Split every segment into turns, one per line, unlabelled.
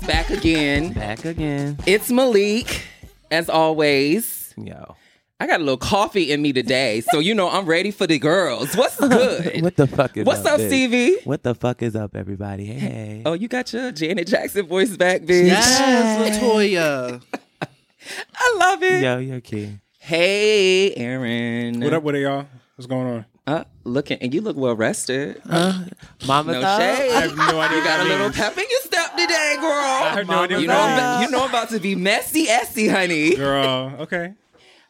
Back again.
It's Malik, as always.
Yo.
I got a little coffee in me today, so you know I'm ready for the girls. What's good?
What the fuck is
What's up,
bitch?
Stevie?
What the fuck is up, everybody? Hey, Hey.
Oh, you got your Janet Jackson voice back, bitch.
Yes, Latoya.
I love it.
Yo, you're cute.
Hey, Aaron.
What up with it, y'all? What's going on?
Uh, looking, and you look well rested.
Mama
no
thought-
I
shade.
have no idea.
You got a
what that
little
means.
pep in your step today, girl.
I have no idea.
you
What
know, I'm,
that
about- you know, I'm about to be messy, Esty, honey.
means. girl. Okay.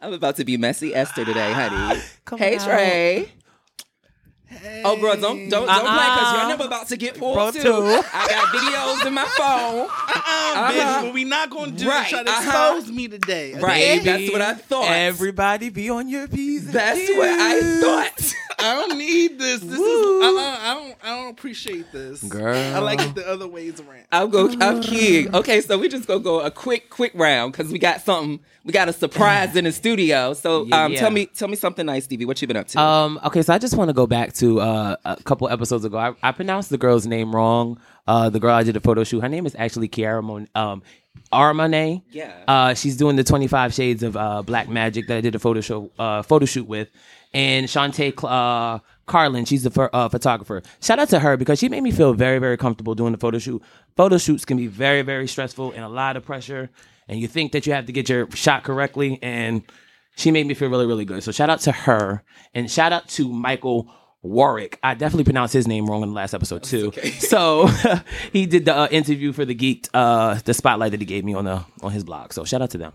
I'm about to be messy Esther today, honey.
Come
hey,
out.
Trey. Oh, bro, don't don't don't play because your number about to get pulled
Bro,
too.
too.
I got videos in my phone.
Uh-uh, bitch. What we not gonna do
Uh-huh. Right,
is try to
uh-huh.
expose me today. okay?
Right,
Baby,
that's what I thought.
Everybody be on your P's. and
that's what
Q's.
I thought.
I don't need this. This
Woo.
is. Uh-uh, I don't. I don't appreciate this.
Girl.
I like it the other ways around.
I'm go. I'm kidding. Okay, so we just gonna go a quick, quick round because we got something. We got a surprise in the studio. So,
Yeah,
um,
yeah.
tell me, tell me something nice, Stevie. What you been up to?
Um, okay, so I just want to go back to uh, a couple episodes ago. I, I pronounced the girl's name wrong. Uh, the girl I did a photo shoot. Her name is actually Kiara Mon- um, Armane.
Yeah.
Uh, she's doing the Twenty Five Shades of uh, Black Magic that I did a photo show uh, photo shoot with, and Shantae Cl- uh, Carlin. She's the pho- uh, photographer. Shout out to her because she made me feel very very comfortable doing the photo shoot. Photo shoots can be very very stressful and a lot of pressure, and you think that you have to get your shot correctly and she made me feel really, really good. So shout out to her and shout out to Michael Warwick. I definitely pronounced his name wrong in the last episode too. so he did the uh, interview for the Geeked, uh, the spotlight that he gave me on the on his blog. So shout out to them.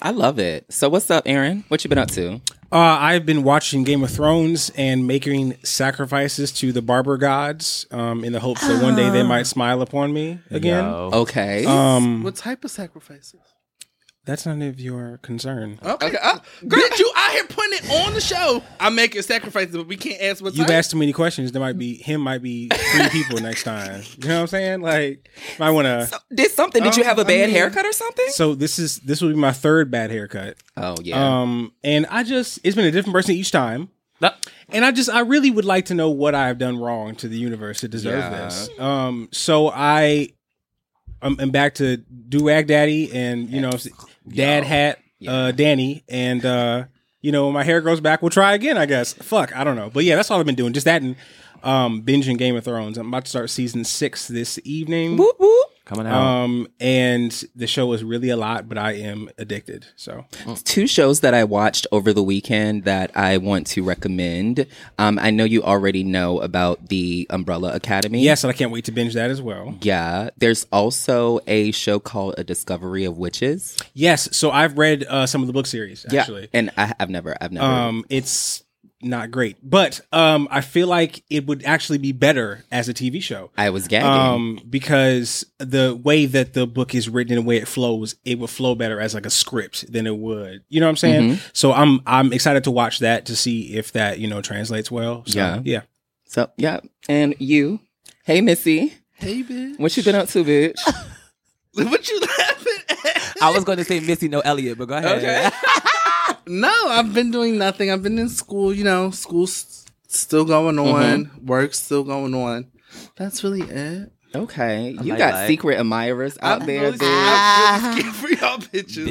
I love it. So, what's up, Aaron? What you been up to?
Uh, I've been watching Game of Thrones and making sacrifices to the barber gods um, in the hopes that one day they might smile upon me again.
Oh.
Yo.
Okay.
Um,
What type of sacrifices?
that's none of your concern.
Okay. Uh, girl, you out here putting it on the show. I'm making sacrifices, but we can't ask what
You've
type.
asked too many questions. There might be him. Might be three people next time. You know what I'm saying? Like, might want to.
So- did something? Did you
um,
have a
I
bad
mean-
haircut or something?
So this is this will be my third bad haircut.
Oh yeah.
Um, and I just it's been a different person each time.
No.
And I just I really would like to know what I've done wrong to the universe to deserve
Yeah.
this. Um, so I I'm, I'm back to do rag daddy and you know dad hat uh Danny and uh you know when my hair grows back we'll try again I guess. Fuck I don't know, but yeah that's all I've been doing just that and um binging Game of Thrones. I'm about to start season six this evening.
Whoop, whoop.
Coming out.
Um and the show is really a lot, but I am addicted. So
two shows that I watched over the weekend that I want to recommend. Um, I know you already know about the Umbrella Academy.
yes, and I can't wait to binge that as well.
Yeah. There's also a show called A Discovery of Witches.
Yes, so I've read uh, some of the book series actually.
And I, I've never, I've never.
Um, it's not great, but um, I feel like it would actually be better as a TV show.
I was gagging.
Um, because the way that the book is written and the way it flows, it would flow better as like a script than it would. You know what I'm saying?
Mm-hmm.
So I'm I'm excited to watch that to see if that you know translates well. So,
Yeah.
yeah, yeah.
so yeah. And you, hey Missy,
Hey, bitch.
what you been up to, bitch?
What you laughing at?
I was going to say Missy, no Elliot, but go ahead.
No, I've been doing nothing. I've been in school, you know, school's still going on,
Mm-hmm.
work's still going on. That's really it.
Okay. You
like
got
that.
secret admirers out
I'm
there,
really,
bitch.
I'm really scared for y'all bitches.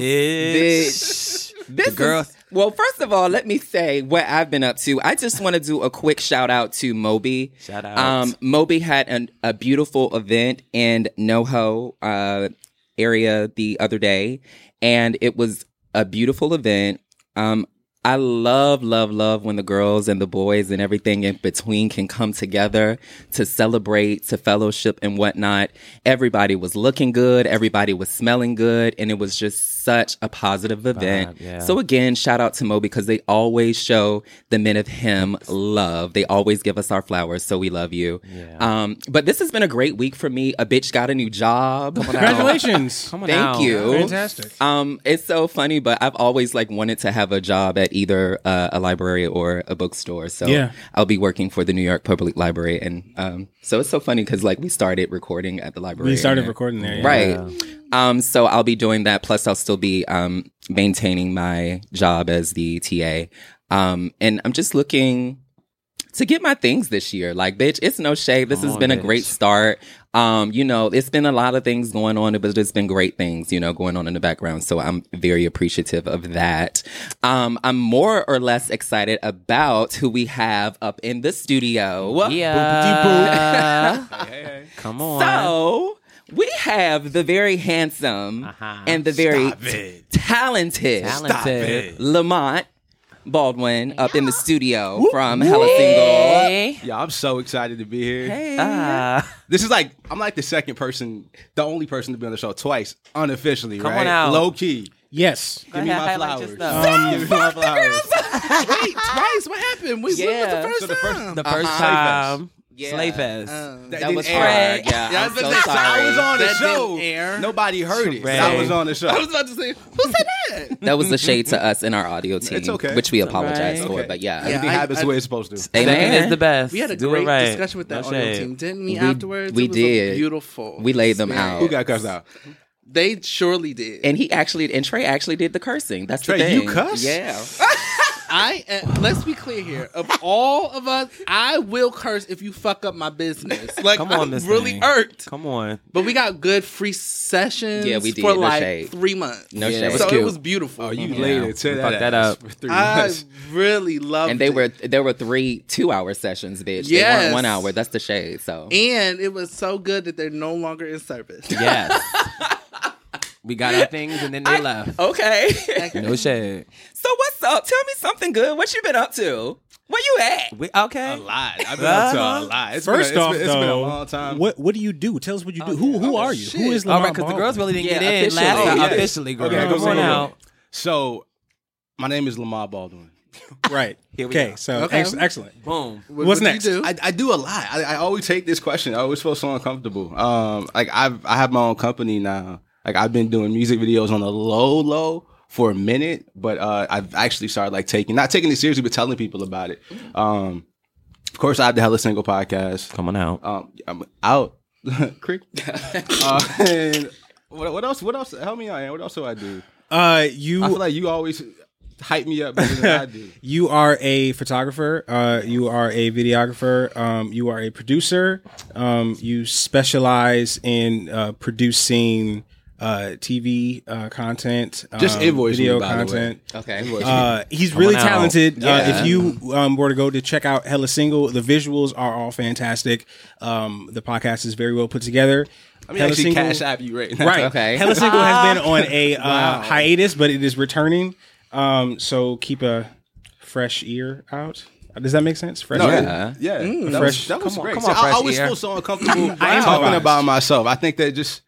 Bitch.
This
the girl.
Is, well, first of all, let me say what I've been up to. I just want to do a quick shout out to Moby.
Shout out.
Um, Moby had an, a beautiful event in NoHo uh, area the other day, and it was a beautiful event. Um, I love, love, love when the girls and the boys and everything in between can come together to celebrate, to fellowship and whatnot. Everybody was looking good, everybody was smelling good, and it was just such a positive event.
yeah.
So again, shout out to Mo because they always show the men of him love. They always give us our flowers, so we love you. Um, but this has been a great week for me. A bitch got a new job.
Congratulations.
Come on
Thank
now.
you.
Fantastic.
Um, it's so funny, but I've always like wanted to have a job at either uh, a library or a bookstore. So
Yeah.
I'll be working for the New York Public Library, and um, so it's so funny because like we started recording at the library.
We started
and-
recording there. yeah.
right? Um, so I'll be doing that. Plus, I'll still be um, maintaining my job as the TA, um, and I'm just looking to get my things this year. Like, bitch, it's no shade. This
Come
has
on,
been a
bitch.
great start. Um, you know, it's been a lot of things going on, but it's been great things, you know, going on in the background. So I'm very appreciative of that. Um, I'm more or less excited about who we have up in the studio.
Yeah. Come on.
So we have the very handsome
Uh-huh.
and the very
Stop it.
talented,
Stop
talented.
it.
Lamont Baldwin up in the studio from Hella Single.
Yeah, I'm so excited to be here.
Ah,
This is like I'm like the second person, the only person to be on the show twice, unofficially,
Come on
right?
out.
Low key.
Yes.
Give me
ahead,
my
highlight your
flowers.
stuff.
Give me my flowers.
Wait, twice? What happened? We
Yeah.
yeah. the
So the
first
first-
time.
the first
Uh-huh.
time.
Yeah. Uh,
Slay Fest.
Um,
That,
That
didn't
was
air.
hard. Yeah,
Yeah, I
I'm
was
so
about to say,
I was
sorry.
on the
That didn't
show.
air.
Nobody heard it.
Right.
I was on the
I
show.
was about to say, who said that?
That was the shade to us and our audio team,
It's okay.
which we apologize
It's
for.
okay.
But yeah,
Everything
I-
happens
I-
the way it's supposed to.
Second
Amen.
is the best.
We had a
Do it
great
right.
discussion with that
No
audio
shade.
team, didn't we,
We-
afterwards?
we
It was a
did.
beautiful.
we laid them
experience.
out.
Who got cussed out?
They surely did.
and he actually and Trey actually did the cursing. That's the
Trey,
thing.
you cuss?
Yeah.
I am, let's be clear here. Of all of us, I will curse if you fuck up my business. Like
Come on,
I'm
Miss
really
Thing.
irked.
Come on.
But we got good free sessions
Yeah, we did.
for
No
like
shade.
three months.
No
so
shade. It was
So
cute.
it was beautiful.
Oh, you
Yeah.
laid it. Tear
We
that,
fucked that
ass
up.
for three
I
months.
really loved
And they
it.
were there were three two hour sessions, bitch. They
Yes.
weren't one hour. That's the shade. So
and it was so good that they're no longer in service.
Yes. we got our things and then they left.
Okay.
Like,
No shade.
so what's up? Tell me something good. What you been up to? Where you at? Um,
We okay.
A lot. I've been up to a lot. It's been a-
First
it's been-
off,
it's
though,
been a long time. Oh,
what what do you do? Tell us what you do. Who who are you? Who is
All
Lamont
right, because the girls really didn't
Yeah,
get in last
officially.
time.
Oh,
yeah.
Officially, girl.
Okay, go
Come on
say it.
out.
So, my name is Lamar Baldwin.
right?
we
okay,
go.
so
Okay.
ex- excellent.
Boom.
what-
What's
what
next?
You do?
I, I do a lot. I, I always take this question. I always feel so uncomfortable. Um, like I've I have my own company now. Like I've been doing music videos on the low low for a minute, but uh, I've actually started like taking not taking it seriously, but telling people about it. Um, of course, I have the Hella Single podcast.
Come on out.
Um, I'm out. Creek. uh, and what, what else? What else? Help me out. Ant. What else do I do?
Uh,
I feel
you
like you always hype me up better than I do.
you are a photographer. Uh, you are a videographer. Um, you are a producer. Um, you specialize in uh, producing uh TV uh content, um,
Just invoice me,
video
by the way.
content.
Okay.
Uh, he's really
on out.
talented. Uh,
Yeah.
if you um, were to go to check out Hella Single, the visuals are all fantastic. Um, the podcast is very well put together.
I mean, actually, cash app you right now.
Right.
Okay.
Hella Single has been on a uh, hiatus, but it is returning. Um, so keep a fresh ear out. Does that make sense? Fresh
No,
ear.
yeah, yeah. that
Fresh-
was, that was
Mm. come on-
great.
come
See,
on,
I
fresh
always
air.
feel so uncomfortable
I am
talking
biased.
about myself. I think that just.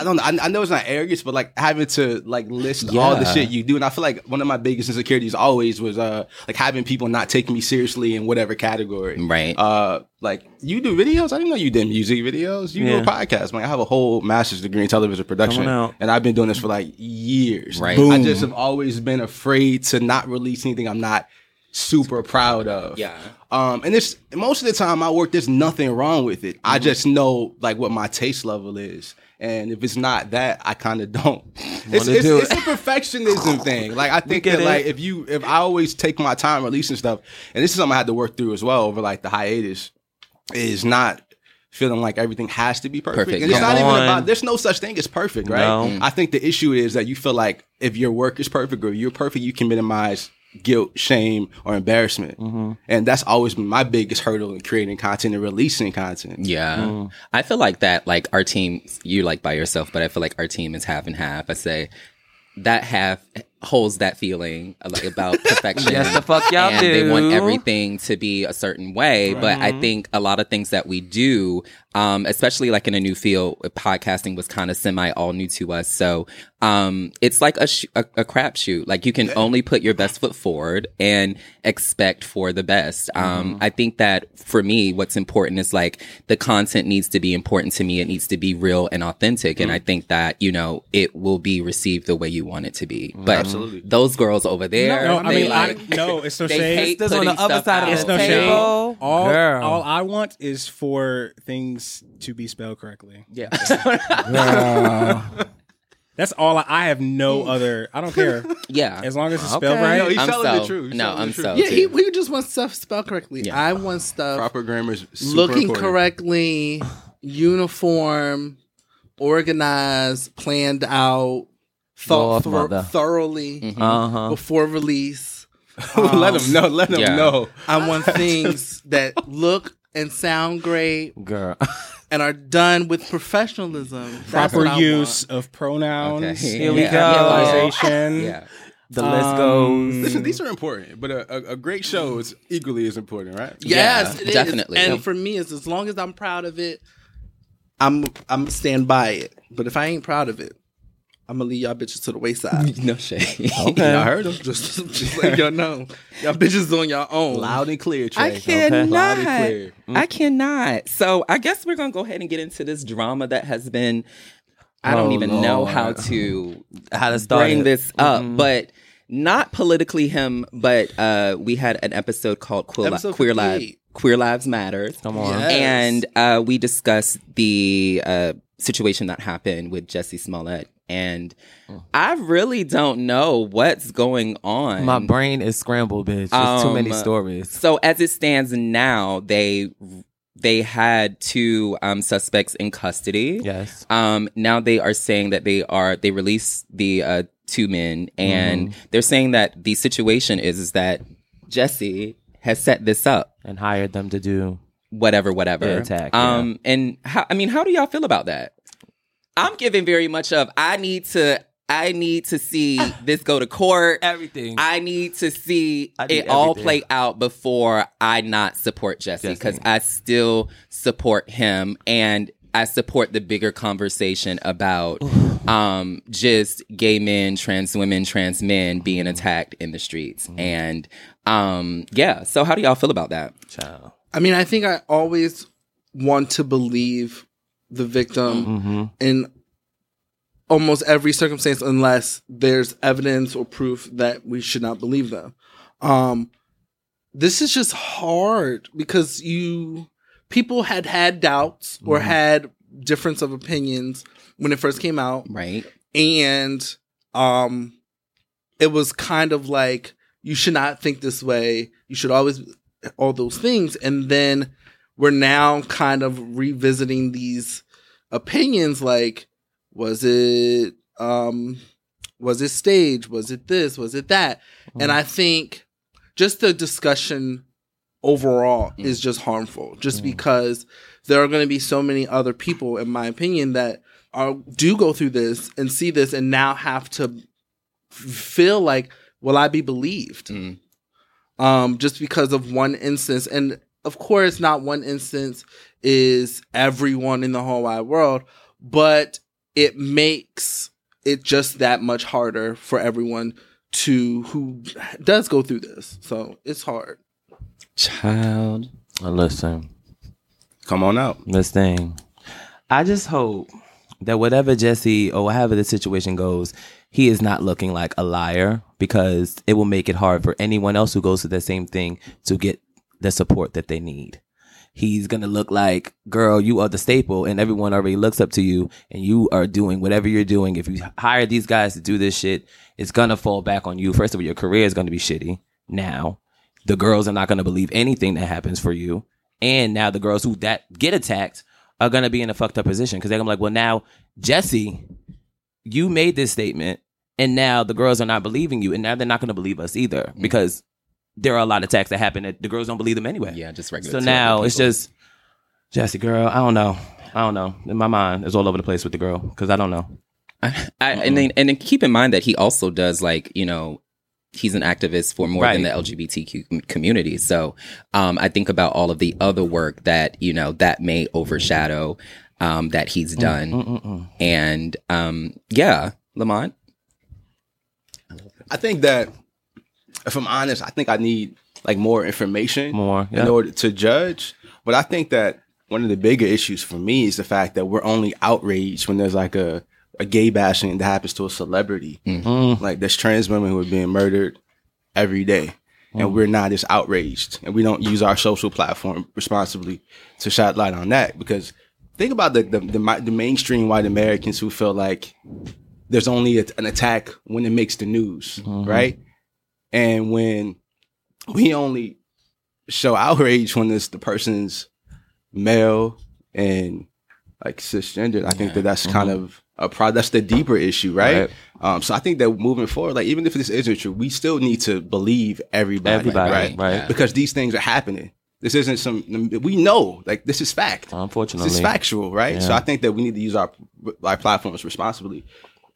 I don't. I, I know it's not arrogance, but like having to like list all the
Yeah.
shit you do, and I feel like one of my biggest insecurities always was uh like having people not take me seriously in whatever category.
Right.
Uh, like you do videos. I didn't know you did music videos. You
Yeah.
do a podcast. Like I have a whole master's degree in television production,
Come on out.
and I've been doing this for like years.
Right.
I just have always been afraid to not release anything I'm not super proud of.
Yeah.
Um, and it's most of the time I work, there's nothing wrong with it.
Mm-hmm.
I just know like what my taste level is. And if it's not that, I kind of don't. It's,
Wanna
it's,
do
it's a perfectionism thing. Like I think
get
that like
it.
if you if I always take my time releasing stuff, and this is something I had to work through as well over like the hiatus, is not feeling like everything has to be perfect.
Perfect.
And it's
Come
not
on.
even about there's no such thing as perfect, right?
No.
Mm-hmm.
I think the issue is that you feel like if your work is perfect or you're perfect, you can minimize guilt, shame, or embarrassment. And that's always been my biggest hurdle in creating content and releasing content.
Yeah.
Mm.
I feel like that, like our team, you like by yourself, but I feel like our team is half and half. I say that half holds that feeling like, about perfection.
Yes, the fuck y'all
and They want
do.
everything to be a certain way. But I think a lot of things that we do, um, especially like in a new field, podcasting was kind of semi all new to us. So um, it's like a, sh- a, a crapshoot. Like you can only put your best foot forward and expect for the best. Um,
Mm-hmm.
I think that for me, what's important is like the content needs to be important to me. It needs to be real and authentic.
Mm-hmm.
And I think that, you know, it will be received the way you want it to be. But
Absolutely.
those girls over there,
No, I
they
mean,
like,
I, no, it's no
they
shade.
hate
This on the
putting
other
stuff
side of
out.
the
It's no shade.
table.
All,
Girl.
all I want is for things to be spelled correctly.
Yeah.
That's all I, I have. No other. I don't care
yeah.
as long as it's spelled
Okay.
right.
No, Oh, he's
I'm
telling
so-
the truth. He's
no,
telling the
I'm
truth.
so-
Yeah,
Yeah, he, he just wants stuff spelled correctly.
Yeah.
I want stuff
proper grammar is super
looking
important.
correctly, uniform, organized, planned out,
Lord,
thought thro-
mother.
thoroughly
Uh huh.
before release.
let him know. Let him
Yeah. Mm-hmm.
know.
I want things that look and sound great
Girl.
and are done with professionalism. That's
Proper
what I
use of pronouns.
Okay.
Here we
Yeah.
go.
Capitalization.
yeah.
The list goes.
Listen, these are important, but a, a, a great show is equally as important, right?
want. Yes,
Yeah,
it is.
definitely.
And for me, it's as long as I'm proud of it, I'm I'm stand by it. But if I ain't proud of it, I'm gonna leave y'all bitches to the wayside.
No shade.
I heard them.
just, just let y'all know. Y'all bitches on y'all own.
Loud and clear, Trey.
I cannot.
Loud and clear.
I cannot. So I guess we're gonna go ahead and get into this drama that has been. I don't
Oh,
even know how
Lord. Mm-hmm.
to Mm-hmm.
How to start
bring
it. Mm-hmm.
this up, but not politically him. But uh, we had an episode called Queer, Li-
Episode
Queer Lives
58.
Queer Lives Matter.
Come on.
Yes.
and uh, we discussed the uh, situation that happened with Jesse Smollett. And I really don't know what's going on.
My brain is scrambled, bitch. There's too many
Um,
stories.
So as it stands now, they they had two um, suspects in custody.
Yes.
Um, now they are saying that they are they released the uh, two men, and they're saying that the situation is is that Jesse has set this up.
And hired them to do.
Whatever, whatever.
The attack,
Um, and how, I mean, how do y'all feel about that? I'm giving very much of I need to I need to see this go to court.
Ah. Everything.
I need to see
I need
it all
everything.
play out before I not support Jesse because I still support him and I support the bigger conversation about um, just gay men, trans women, trans men being
Mm-hmm.
attacked in the streets. And um, yeah, so how do y'all feel about that?
Child.
I mean, I think I always want to believe the victim in almost every circumstance unless there's evidence or proof that we should not believe them. Um this is just hard because you people had had doubts or had difference of opinions when it first came out
Right?
and um it was kind of like you should not think this way you should always all those things and then we're now kind of revisiting these opinions like was it um was it stage was it this was it that and i think just the discussion overall is just harmful just because there are going to be so many other people in my opinion that are do go through this and see this and now have to f- feel like will i be believed
Mm.
um just because of one instance and of course not one instance is everyone in the whole wide world but it makes it just that much harder for everyone to who does go through this so it's hard
Child.
Listen.
Come on out.
this thing. I just hope that whatever Jesse or however the situation goes, he is not looking like a liar because it will make it hard for anyone else who goes through the same thing to get the support that they need. He's gonna look like, girl, you are the staple, and everyone already looks up to you, and you are doing whatever you're doing. If you hire these guys to do this shit, it's gonna fall back on you. First of all, your career is gonna be shitty now the girls are not going to believe anything that happens for you. And now the girls who that get attacked are going to be in a fucked up position because they're going to be like, well, now, Jesse, you made this statement. And now the girls are not believing you. And now they're not going to believe us either because there are a lot of attacks that happen that the girls don't believe them anyway.
Yeah, just regular.
So
two
now it's
people.
just, Jesse, girl, I don't know. I don't know. In my mind is all over the place with the girl because I don't know.
I, I, and then and then keep in mind that he also does like you know he's an activist for more than the
Right.
LGBTQ com- community. So um, I think about all of the other work that you know that may overshadow um, that he's
Mm-hmm.
done, and um, yeah, Lamont.
I think that if I'm honest, I think I need like more information
More,
in
yeah.
order to judge. But I think that one of the bigger issues for me is the fact that we're only outraged when there's like a, a gay bashing that happens to a celebrity.
Mm-hmm.
Like there's trans women who are being murdered every day. And we're not as outraged, and we don't use our social platform responsibly to shine light on that. Because think about the the, the, mi- the mainstream white Americans who feel like there's only a, an attack when it makes the news, right? And when we only show outrage when it's the person's male and like cisgendered, I think that that's kind of a pro. That's the deeper issue, right? Um, so I think that moving forward, like even if this isn't true, we still need to believe everybody,
Everybody,
right?
right.
Because these things are happening. This isn't some we know, like this is fact.
Unfortunately.
This is factual, right? So I think that we need to use our our platforms responsibly.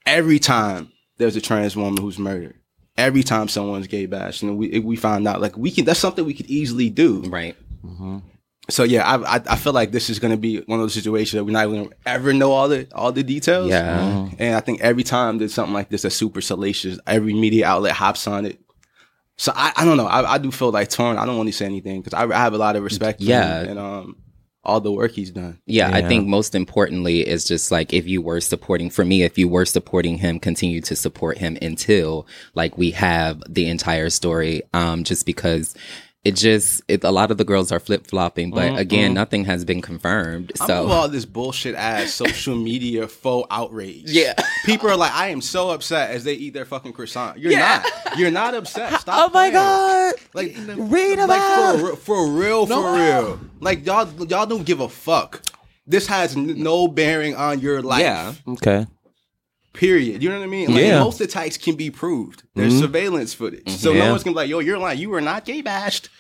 Every time there's a trans woman who's murdered, every time someone's gay bashed, and we we find out like we can that's something we could easily do.
Right.
Mm-hmm.
So yeah, I I, I feel like this is going to be one of those situations that we're not going to ever know all the all the details.
Yeah.
And I think every time there's something like this that's super salacious, every media outlet hops on it. So I, I don't know. I, I do feel like torn. I don't want to say anything because I, I have a lot of respect. for him
Yeah.
and um, all the work he's done.
Yeah, I
Yeah.
think most importantly is just like if you were supporting for me, if you were supporting him, continue to support him until like we have the entire story. Um, just because it just it, a lot of the girls are flip flopping, but
Mm-hmm.
again, nothing has been confirmed.
I'm
so
over all this bullshit ass social media faux outrage.
Yeah.
People are like, I am so upset as they eat their fucking croissant. You're not. You're not upset. Stop.
Oh my
playing.
God!
Like,
Read
like
about-
for, re- for real, for real. Like y'all, y'all don't give a fuck. This has n- no bearing on your life.
Yeah.
Okay.
Period. You know what I mean? Like
Yeah. Mm-hmm.
most attacks can be proved. There's surveillance footage. So
Yeah.
no one's gonna be like, yo, you're lying. You were not gay bashed.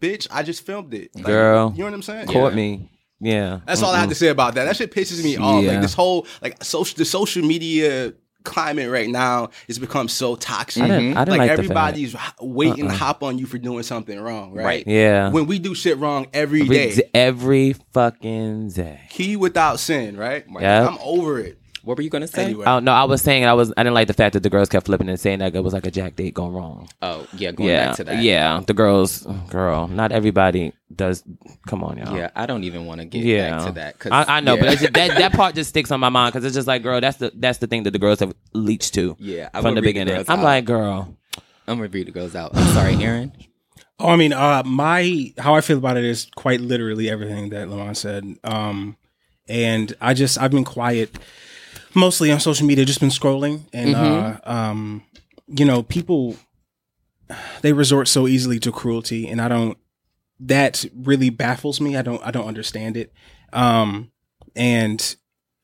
Bitch, I just filmed it. Like,
Girl.
You know what I'm saying?
Caught me. Yeah.
That's all I have to say about that. That shit pisses me off.
Yeah.
Like this whole like social the social media climate right now has become so toxic.
I didn't- I didn't like the Uh-uh.
everybody's h- waiting to hop on you for doing something wrong, right?
Right.
Yeah.
When we do shit wrong every
Every
day.
d- Every fucking day.
Key without sin, right? Like,
Yep.
I'm over it.
what were you gonna say?
Anyway.
I don't know. Oh, I was saying I was. I didn't like the fact that the girls kept flipping and saying that it was like a jack date gone wrong.
Oh yeah, going
yeah,
back to that.
yeah. The girls, girl. Not everybody does. Come on, y'all.
yeah. I don't even want to get back to that.
I, I know,
yeah.
but it's just, that that part just sticks on my mind because it's just like, girl, that's the that's the thing that the girls have leached to.
Yeah, I would
from the
read the
beginning,
girls
I'm
out.
like, girl,
I'm gonna read the girls out. I'm sorry, Aaron.
Oh, I mean, uh, my how I feel about it is quite literally everything that Lamont said. Um, and I just I've been quiet mostly on social media, just been scrolling, and uh, um, you know, people they resort so easily to cruelty, and I don't. That really baffles me. I don't. I don't understand it. Um, and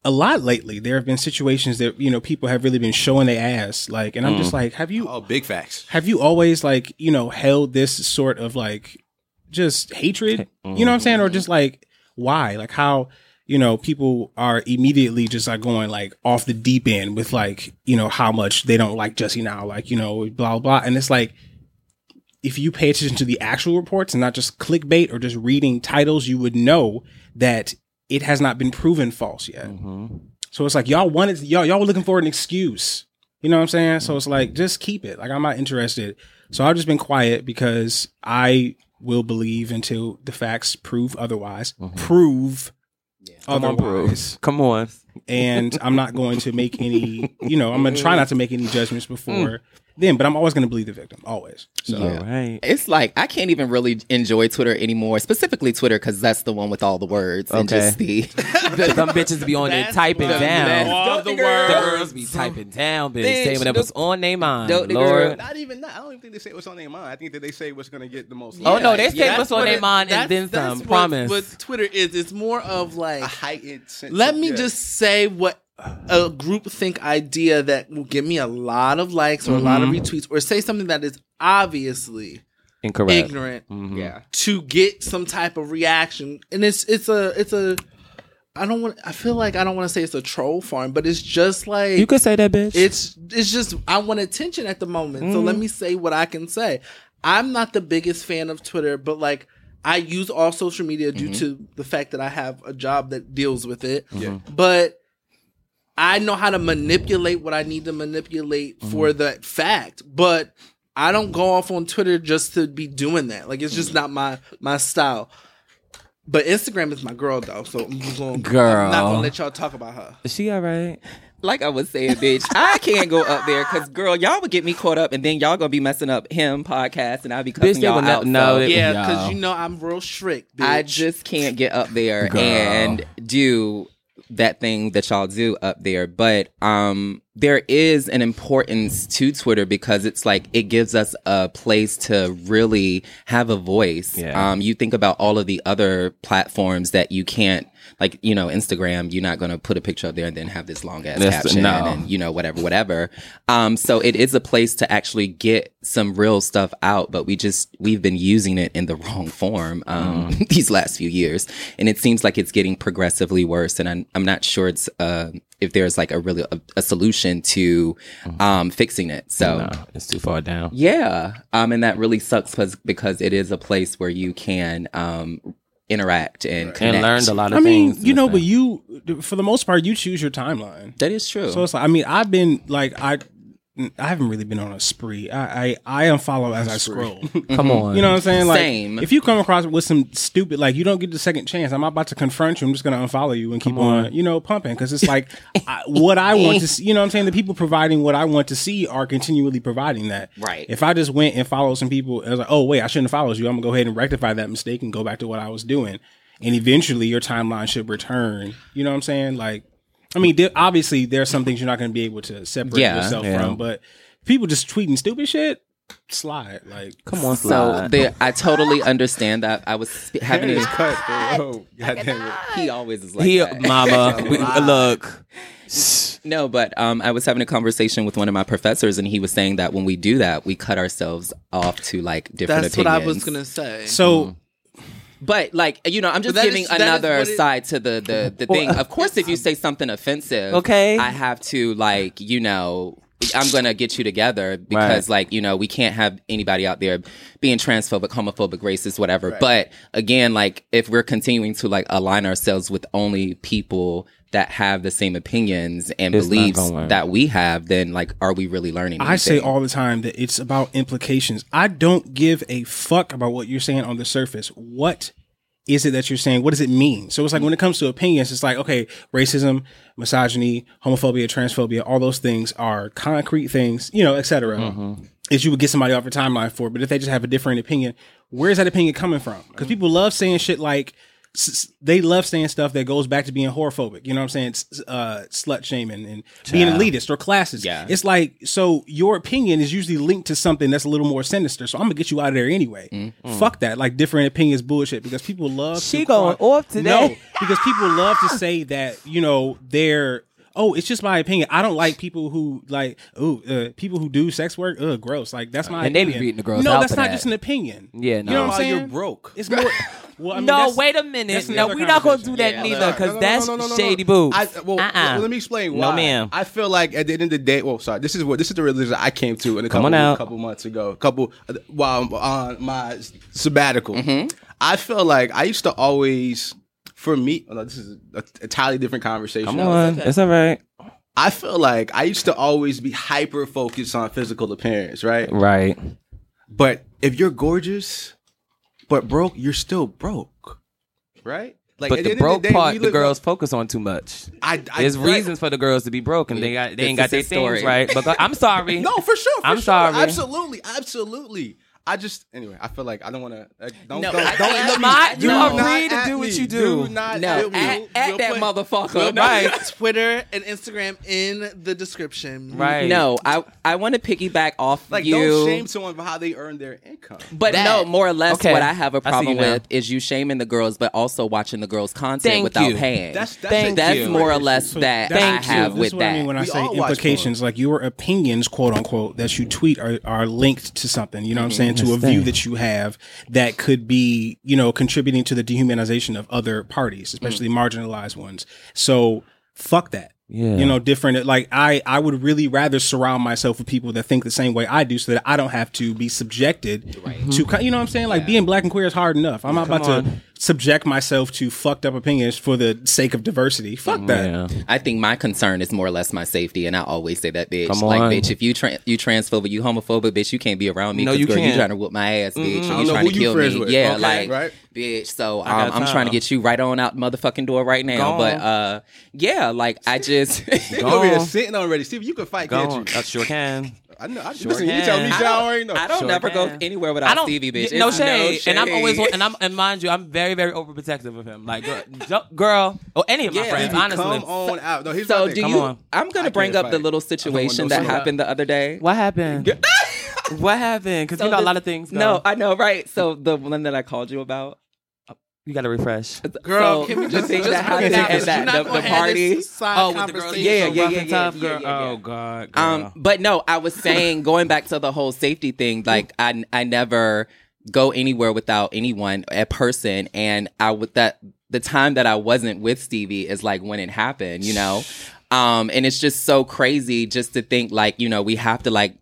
a lot lately, there have been situations that you know people have really been showing their ass, like, and I'm just like, have you
Oh, big facts.
have you always like you know held this sort of like just hatred you know what i'm saying or just like why like how you know people are immediately just like going like off the deep end with like you know how much they don't like jesse now like you know blah blah, blah. and it's like if you pay attention to the actual reports and not just clickbait or just reading titles you would know that it has not been proven false yet
Mm-hmm.
Mm-hmm.
so it's like y'all wanted y'all y'all were looking for an excuse. You know what I'm saying?
Mm-hmm.
So it's like just keep it. Like I'm not interested. So I've just been quiet because I will believe until the facts prove otherwise. Prove
Mm-hmm. come on, Peru.
otherwise.
come on.
and I'm not going to make any, you know, I'm going to try not to make any judgments
Mm.
before then, but I'm always going to believe the victim, always. So
Yeah.
All right.
It's like I can't even really enjoy Twitter anymore, specifically Twitter because that's the one with all the words and
Okay.
just the.
Some bitches be on there typing
the
down.
mess. Don't the
The
girls-
girls be typing down, bitch,
Bitch,
saying what
don't-
was on their mind.
don't the girl-
Lord.
Not even that. I don't even think they say what's on their mind. I think that they say what's gonna get the most.
Oh
likes.
no, they say
yeah.
what's on their mind
That's-
and then
that's
some.
what-
Promise.
What Twitter is, it's more of like
a heightened. sense
Let
of-
me
yeah.
just say what a groupthink idea that will give me a lot of likes or a lot of
Mm-hmm.
retweets, or say something that is obviously
Incorrect. Mm-hmm.
ignorant
yeah.
to get some type of reaction, and it's it's a it's a I don't want. I feel like I don't want to say it's a troll farm, but it's just like
You could say that, bitch.
it's it's just I want attention at the moment. So let me say what I can say. I'm not the biggest fan of Twitter, but like I use all social media due to the fact that I have a job that deals with it. But I know how to manipulate what I need to manipulate for that fact, but I don't go off on Twitter just to be doing that. Like it's just not my my style. But Instagram is my girl though, so I'm just gonna, I'm not
Girl.
gonna let y'all talk about her.
Is she all right?
like I was saying, bitch, I can't go up there because, girl, y'all would get me caught up, and then y'all gonna be messing up him podcast, and I'll be
Bitch,
cussing
they
y'all
would not
out.
know
so
that-
Yeah,
Yeah.
because you know I'm real strict. Bitch.
I just can't get up there
Girl.
and do that thing that y'all do up there. But um, there is an importance to Twitter because it's like it gives us a place to really have a voice.
Yeah.
Um, you think about all of the other platforms that you can't. Like you know, Instagram, you're not gonna put a picture up there and then have this long ass
That's-
caption
no.
and you know whatever, whatever. Um, so it is a place to actually get some real stuff out, but we just we've been using it in the wrong form um, these last few years, and it seems like it's getting progressively worse. And I'm, I'm not sure it's uh, if there's like a really a, a solution to um, fixing it. So.
No, it's too far down.
Yeah, um, and that really sucks 'cause- because it is a place where you can um, interact and connect.
And learned a lot of
I mean,
things.
you know,
with
but
that.
you, for the most part, you choose your timeline.
That is true.
So it's like I mean I've been like I I haven't really been on a spree. I I, I unfollow as I scroll.
come on.
You know what I'm saying? Like
Same.
if you come across with some stupid like you don't get the second chance, I'm about to confront you. I'm just gonna unfollow you and keep on. you know pumping because it's like I, what I want to see. You know what I'm saying? The people providing what I want to see are continually providing that.
Right.
If I just went and followed some people, I was like, oh wait, I shouldn't have followed you. I'm gonna go ahead and rectify that mistake and go back to what I was doing. And eventually, your timeline should return. You know what I'm saying? Like, I mean, there, obviously, there are some things you're not gonna be able to separate
Yeah,
yourself
yeah.
from, but people just tweeting stupid shit. Slide like
come on,
So
slide.
there, I totally understand that. I was sp- having
Harry
a
is cut. Oh, goddamn it.
He always is like
Here,
that.
mama. we, look.
No, but um, I was having a conversation with one of my professors, and he was saying that when we do that, we cut ourselves off to like different
That's what
opinions.
I was gonna say.
so.
But like you know, I'm just
But that
giving
is- that is
another
what it-
side to the the, the thing. Of course, if you say something offensive,
Okay.
I have to like you know. I'm gonna get you together because, like, you know, we can't have anybody out there being transphobic, homophobic, racist, whatever. But again, like, if we're continuing to like align ourselves with only people that have the same opinions and
It's not
beliefs
gonna work.
that we have, then like, are we really learning?
I say
anything?
all the time that it's about implications. I don't give a fuck about what you're saying on the surface. What is it that you're saying? What does it mean? So it's like when it comes to opinions, it's like, okay, racism, misogyny, homophobia, transphobia, all those things are concrete things, you know, et cetera. Is you would get somebody off your timeline for, but if they just have a different opinion, where's that opinion coming from? Because people love saying shit like, s- s- they love saying stuff that goes back to being horophobic. You know what I'm saying? S- Uh, slut shaming and being elitist or classes.
Yeah.
It's like, so your opinion is usually linked to something that's a little more sinister. So I'm going to get you out of there anyway.
Mm-hmm.
Fuck that. Like, different opinions bullshit because people love.
She
to
going
call-
off today.
No, because people love to say that, you know, they're. Oh, it's just my opinion. I don't like people who like ooh uh, people who do sex work. Ugh, gross. Like that's my
And they be
opinion.
reading the girls
no,
out
that's
for
not
that.
just an opinion.
Yeah,
You know
no.
what I'm
Why
saying?
you're broke.
It's more. Well, I mean,
no,
that's-
wait a
that's
minute. No,
another
we're not gonna do
conversation.
that
Yeah,
neither
that's-
because
No, no,
that's
no, no, no, no,
shady
no.
boo.
I, well,
Uh-uh.
let me explain
No,
why.
ma'am.
I feel like at the end of the day, well, sorry, this is what this is the religion I came to in a
Come
couple,
on out.
a couple months ago, a couple while I'm on my sabbatical.
Mm-hmm.
I feel like I used to always, for me, oh, no, this is a, a entirely different conversation.
Come on, it's all right.
I feel like I used to always be hyper focused on physical appearance, right?
Right.
But if you're gorgeous, but broke, you're still broke, right? Like
But
at
the
end of
broke
day, we
part, the
live-
girls focus on too much.
I, I,
There's
right.
reasons for the girls to be broken. They got they ain't
This
got their
is his
things
story.
right. Because I'm sorry.
No, for sure. For
I'm
sure.
sorry.
Absolutely. Absolutely. I just anyway. I feel like I don't want to. Don't
No,
don't,
I-
don't
I-
let me-
my-
do
you are
not
free to
at
do what
me.
you do.
Do not
no
at, me.
at, at
We'll
that
put-
motherfucker.
we'll
No.
Right.
Twitter and Instagram in the description.
Right.
No, I I want to piggyback off
Like
you.
don't shame someone for how they earn their income.
But no, more or less,
Okay.
what I have a
I see you
problem
now.
with is you shaming the girls, but also watching the girls' content
Thank
without
you.
paying.
That's that's,
Thank
a
That's
different
more or
issue.
less that
Thank
I
you.
have
This
This
with
is what
that.
I mean when I
We
say
all watch
Mm-hmm.
implications, like your opinions, quote unquote, that you tweet are, are linked to something. You know what I'm saying? and to a view that you have that could be, you know, contributing to the dehumanization of other
Mm.
parties, especially marginalized ones. So fuck that.
Yeah.
You know, different. Like I, I would really rather surround myself with people that think the same way I do, so that I don't have to be subjected to. ki- You know what I'm saying? Like being black and queer is hard enough. I'm not about to subject myself to fucked up opinions for the sake of diversity.
Mm,
Fuck that.
Yeah.
I think my concern is more or less my safety, and I always say that, bitch.
Come
like,
on.
bitch, if you tra- you transphobic, you homophobic, bitch, you can't be around me.
No,
'cause,
you
girl, You
can't.
trying to whoop my ass, bitch.
Mm-hmm. I
or
don't
You
know
trying
who
to
you
kill
friends
me?
with.
Yeah,
Okay,
like,
right.
bitch. So
got
um, I'm trying to
time.
get you right on out motherfucking door right now.
Go
But
on.
uh, yeah, like I just.
You over here
on.
sitting already. Steve, you can fight,
Go
can't
on.
you?
I sure can.
I know. I, listen, you tell me,
can.
John, I already know.
I don't
Sure
never go
can.
anywhere without
I don't.
Stevie, bitch.
y- No
It's
shade. and I'm always
shade.
and I'm and mind you, I'm very very overprotective of him. Like uh, ju- girl or any of my
Yeah.
friends,
Stevie,
honestly.
Come on out. No, here's
So
my
do
thing.
Come
you?
on.
I'm gonna
I
bring
can't
up the
fight.
little
I don't want no
situation that
smoke.
happened the other day.
What happened? what happened? Because
So
you know a
this-
lot of things. Go.
No, I know, right? So the one that I called you about.
you got to refresh.
Girl,
so
can we
the
just
things
just
that
bring it
happened
down?
at
You're
that-
not
the-
gonna
the
have
party? Oh,
this side conversation.
Yeah, yeah,
rough
yeah,
and
yeah,
tough,
yeah,
girl.
yeah, yeah.
Oh God. Girl.
Um, but no, I was saying going back to the whole safety thing. Like I, I never go anywhere without anyone, a person, and I would that the time that I wasn't with Stevie is like when it happened, you know. Um, and it's just so crazy just to think like you know we have to like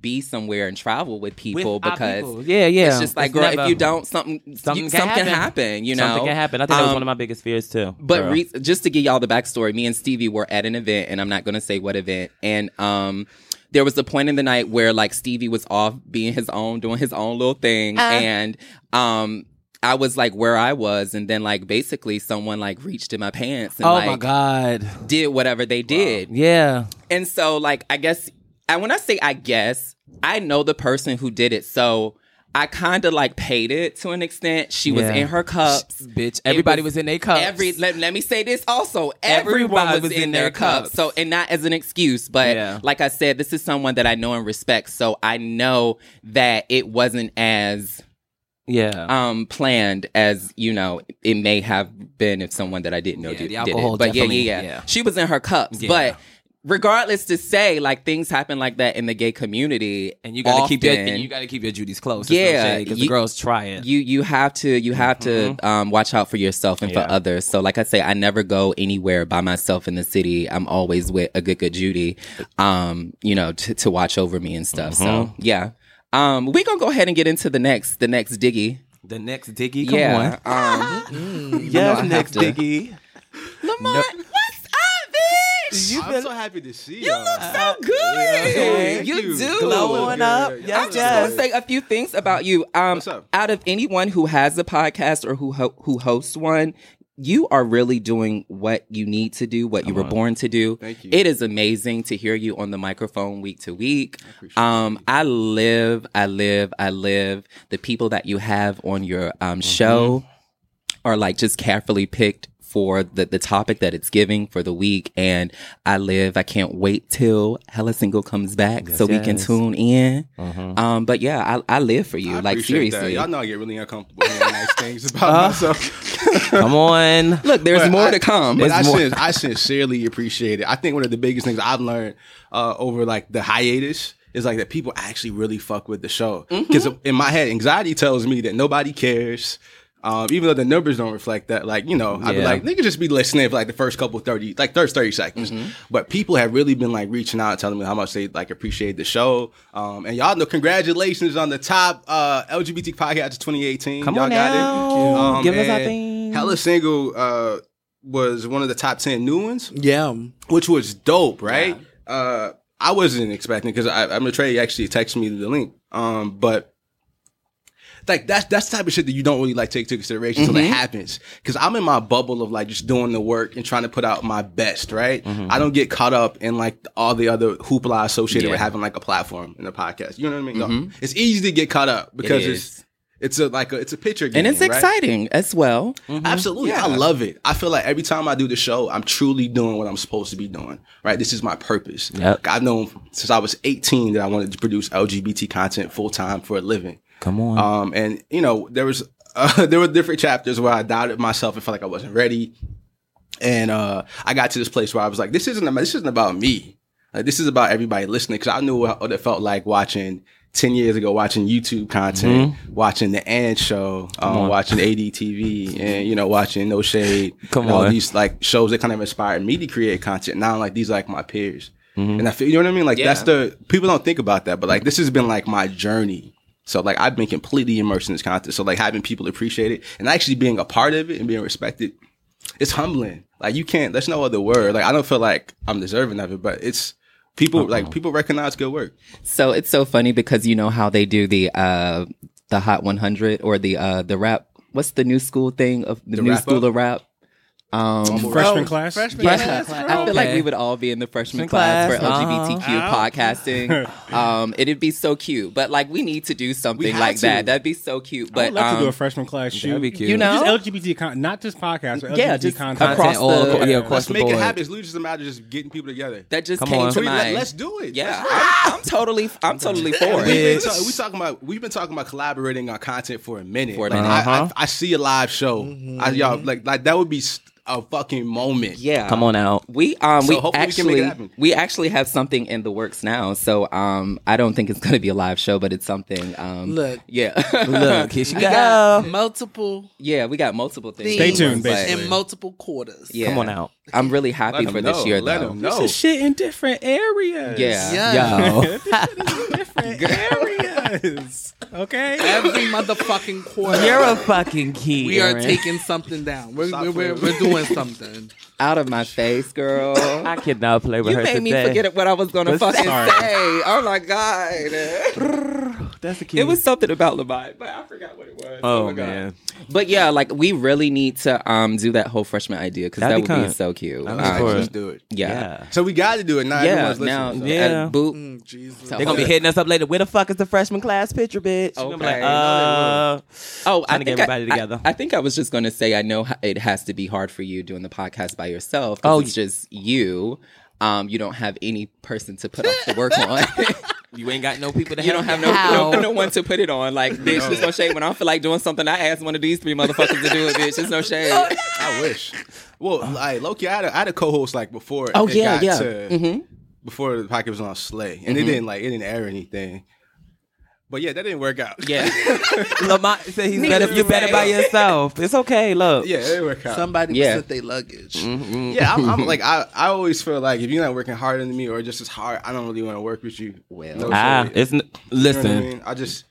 be somewhere and travel with
With
people
our
because.
people. yeah, yeah.
It's just like, girl, if
never-
you don't, something something,
Something
you,
can
something happen.
happen.
You know,
something can happen. I think that was
Um,
one of my biggest fears too.
but
girl.
re- just to give y'all the backstory, me and Stevie were at an event, and I'm not going to say what event. And um, there was a point in the night where like Stevie was off being his own, doing his own little thing, and um, I was like where I was, and then like basically someone like reached in my pants and
oh
like
my God.
did whatever they did.
Yeah.
And so, like, I guess, and when I say I guess, I know the person who did it. So I kind of like paid it to an extent. She was
Yeah.
in her cups.
Bitch, everybody was in their cups.
Every let, let me say this also.
Everyone
Everyone was,
was
in, their, cups. So and not as an excuse, but
Yeah.
like I said, this is someone that I know and respect. So I know that it wasn't as
Yeah.
um planned as you know it may have been if someone that I didn't know
Yeah,
did,
the
did
alcohol
it. But yeah,
definitely-
yeah, yeah,
yeah.
She was in her cups,
Yeah.
but. Regardless to say, like things happen like that in the gay community,
and you gotta keep your
often.
you gotta keep your Judy's close.
Yeah,
because the
you-
girls try it.
you you have to you have to um, watch out for yourself and
Mm-hmm. Yeah.
for others. So, like I say, I never go anywhere by myself in the city. I'm always with a good good Judy, um, you know, to, to watch over me and stuff.
Mm-hmm.
So, yeah, um, we gonna go ahead and get into the next the next diggy.
the next diggy, come
yeah,
on.
um,
Yes,
I
next
have to.
diggy.
Lamont, what's up, bitch?
I'm so happy to see you.
You look so good.
Thank
you,
you.
do.
Glowing up. Yes,
I'm just gonna say a few things about you. Um,
What's up?
out of anyone who has a podcast or who ho- who hosts one, you are really doing what you need to do, what you were born to do.
Thank you.
It is amazing to hear you on the microphone week to week. um, I live, I live, I live. The people that you have on your
Mm-hmm.
um show are like just carefully picked for the, the topic that it's giving for the week. And I live, I can't wait till Hella Single comes back so we can
yes. Uh-huh.
tune in. Um, but yeah, I, I live for you.
I
like
appreciate that.
seriously.
Y'all know I get really uncomfortable hearing nice things
Uh-huh.
about myself.
Come on.
Look, there's
But
more
I-
to come.
But I,
There's more-
sin- I sincerely appreciate it. I think one of the biggest things I've learned uh, over like the hiatus is like that people actually really fuck with the show
Mm-hmm.
because in my head, anxiety tells me that nobody cares. Um, even though the numbers don't reflect that, like you know, I'd be
Yeah.
like, nigga, just be listening for like the first couple thirty, like first thirty seconds.
Mm-hmm.
But people have really been like reaching out, telling me how much they like appreciate the show. Um, and y'all know, congratulations on the top uh, LGBT podcast of 2018.
Come
y'all
on
got
now.
it. Um,
Give us our
and
thing.
Hella single uh, was one of the top ten new ones,
Yeah.
which was dope, right? Uh, I wasn't expecting because I'm a Trey actually texted me the link, um, but like that's that's the type of shit that you don't really like take into consideration until
Mm-hmm.
it happens. Because I'm in my bubble of like just doing the work and trying to put out my best, right?
Mm-hmm.
I don't get caught up in like all the other hoopla associated with
Yeah. Mm-hmm.
having like a platform in a podcast. You know what I mean? No. It's easy to get caught up because it's
is.
it's a like a, it's a picture game
and it's
right?
exciting as well.
Absolutely. I love it. I feel like every time I do the show, I'm truly doing what I'm supposed to be doing, right? This is my purpose.
Yep.
Like, I've known since I was 18 that I wanted to produce LGBT content full time for a living.
Come on.
uh,
Um, and you know, there was, uh, there were different chapters where I doubted myself and felt like I wasn't ready. And, uh, I got to this place where I was like, this isn't, about, this isn't about me. Like, this is about everybody listening. Cause I knew what, what it felt like watching 10 years ago watching YouTube content,
Mm-hmm.
watching the Ant Show, um, watching ADTV, and, you know, watching No Shade.
Come
and All
on.
these like shows that kind of inspired me to create content. Now, like, these are like my peers.
Mm-hmm.
And I feel, you know what I mean? Like, that's the, people don't think about that, but like, this has been like my journey. So like I've been completely immersed in this content. So like having people appreciate it and actually being a part of it and being respected, it's humbling. Like you can't. There's no other word. Like I don't feel like I'm deserving of it, but it's people like
Uh-huh.
people recognize good work.
So it's so funny because you know how they do the uh the Hot 100 or the uh the rap. What's the new school thing of the,
The
new
wrap
school
up?
of rap? Um,
Freshman class.
Freshman
Yeah.
class.
I feel like we would all be in the freshman
Freshman
class, for
class, Uh-huh.
LGBTQ
Uh-huh.
podcasting. Um, it'd be so cute, but like we need to do something
have
like
to.
that. That'd be so cute.
I'd
But
love
um,
to do a freshman class shoot.
That'd be cute.
you know,
Just LGBT, con- not just podcasts, but LGBT
Yeah, just
content.
across
all
the-
across, yeah, across
Let's
the
make
board.
it happen. It's literally just a matter of just getting people together.
that just
Come
came
on.
to
Tweet,
mind.
Let, us do it.
yeah,
Let's-
I'm, I'm totally, I'm totally for
We've
it.
been, ta- we talking about we've been talking about collaborating on content for a minute.
For a
like,
minute.
I,
Uh-huh. Mm-hmm.
I, I see a live show. I, y'all like like that would be s- a fucking moment.
Yeah,
Come on out.
We um
So
we
hopefully we can
actually
make it
we,
happen.
actually have something in the works now. So um I don't think it's gonna be a live show, but it's something. Um,
Look.
yeah,
Look, here she
We
go.
got multiple
yeah, we got multiple things.
Stay
themes
tuned, basically.
in multiple quarters.
Yeah.
Come on out.
I'm really happy
Let 'em
for this
know.
year
Let
though.
'em know.
shit in different areas.
Yeah.
Yes.
Yo.
different areas. Okay.
Every motherfucking quarter.
You're a fucking key.
we are
Aaron.
taking something down. We're,
Stop
we're, we're,
playing.
we're doing something.
Out of my face, girl.
I cannot play with
you
her
made me
today.
forget what I was gonna
But
fucking
sorry.
say. Oh my god.
That's the key.
It was something about Levine, but I forgot what it was.
Oh,
my God.
man.
But yeah, like we really need to um do that whole freshman idea because that
That'd
would
be
be
kind.
so cute. Um,
I'm just- let's do it.
yeah.
Yeah.
So we got to do it. Not
Yeah,
everyone's listening.
now
so.
Yeah.
yeah. boop.
Mm, Jesus.
So-
They're gonna be hitting us up later. Where the fuck is the freshman class picture, bitch? You're gonna be like,
Okay.
uh,
Oh, I
Trying
think
to get everybody
I,
together.
I, I think I was just going to say I know ho- it has to be hard for you doing the podcast by yourself. Oh,
Oh,
it's just you. Um, you don't have any person to put up the work on.
you ain't got no people to
you don't have no,
How?
no no one to put it on. Like, bitch, there's no shade. When I feel like doing something, I ask one of these three motherfuckers to do it. Bitch, there's no shade.
I wish. Well,
Uh-huh.
like Loki, I had a, I had a co-host like before.
Oh,
it
yeah,
got
yeah.
To, Before the podcast was on Slay, and
Mm-hmm.
it didn't like it didn't air anything. But yeah, that didn't work out.
Yeah,
Lamont said he's better. You better by yourself. It's okay. Look,
yeah, it didn't work out.
Somebody
Yeah.
yeah. sent their luggage.
Mm-hmm.
yeah, I'm, I'm like I, I always feel like if you're not working harder than me or just as hard, I don't really want to work with you.
Well.
No
ah,
shade.
it's n-
You know what I
listen.
mean? I just,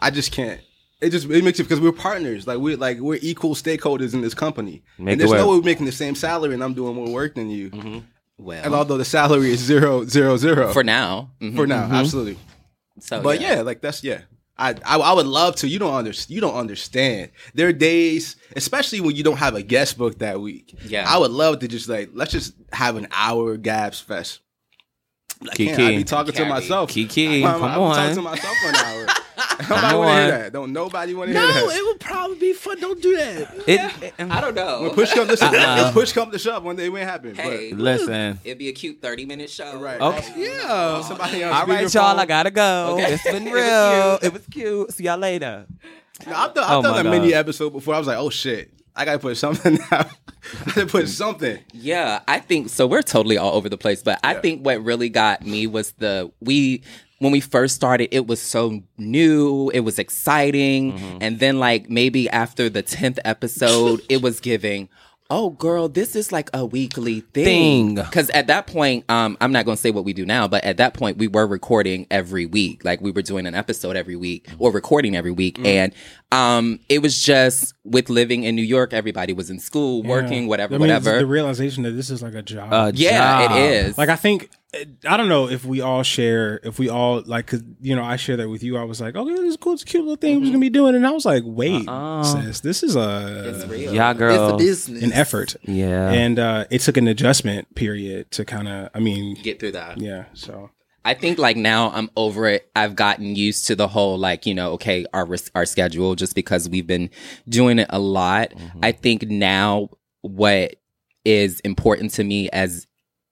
I just can't. It just it makes it because we're partners. Like we're like we're equal stakeholders in this company.
Make it
and there's
work. Mm-hmm.
no way we're making the same salary, and I'm doing more work than you. And
well,
although the salary is zero zero zero
for now, Mhm.
for
Mm-hmm.
now, absolutely.
So,
But yeah. like that's yeah. I, I I would love to. You don't understand. You don't understand. There are days, especially when you don't have a guest book that week.
Yeah.
I would love to just like let's just have an hour Gabs fest. I can't. I
Kiki.
be talking
Carrie.
to myself.
Kiki,
I'm,
come
I'm talking to
on.
myself for an hour. Nobody want to
on.
hear that. Don't nobody want to hear
No,
that.
it would probably be fun. Don't do that.
It,
I don't know.
When push comes to shove,
Uh-uh.
when push comes to shove, one day it may happen.
Hey,
listen.
it'd be a cute thirty minute show.
But, right.
Okay.
Yeah.
Somebody else.
All right, y'all. I gotta go.
Okay.
It's been
It was
real.
cute.
It was cute. See y'all later.
I've done, I've
Oh my
done a
God.
mini episode before. I was like, oh shit, I gotta put something out. I gotta put something.
Yeah, I think so. We're totally all over the place, but I think what really got me was the we when we first started. It was so new, it was exciting,
Mm-hmm.
and then like maybe after the tenth episode, it was giving. Oh, girl, this is like a weekly thing.
Thing.
Because at that point, um, I'm not going to say what we do now, but at that point, we were recording every week. Like we were doing an episode every week
Mm-hmm.
or recording every week. And um, it was just with living in New York, everybody was in school, working, whatever,
I mean, it's
whatever.
The realization that this is like a job.
Yeah,
job.
it is.
like I think I don't know if we all share if we all like 'cause, you know I share that with you. I was like, okay, this is cool, it's a cute little thing we're
Mm-hmm.
gonna be doing, and I was like, wait, sis, this is
Uh-uh. It's
a
real.
Y'all,
It's a
girl.
business.
an effort,
Yeah.
and uh, it took an adjustment period to kind of. I mean,
Get through that.
yeah, so
I think like now I'm over it. I've gotten used to the whole like you know okay our ris- our schedule just because we've been doing it a
Mm-hmm.
lot. I think now what is important to me as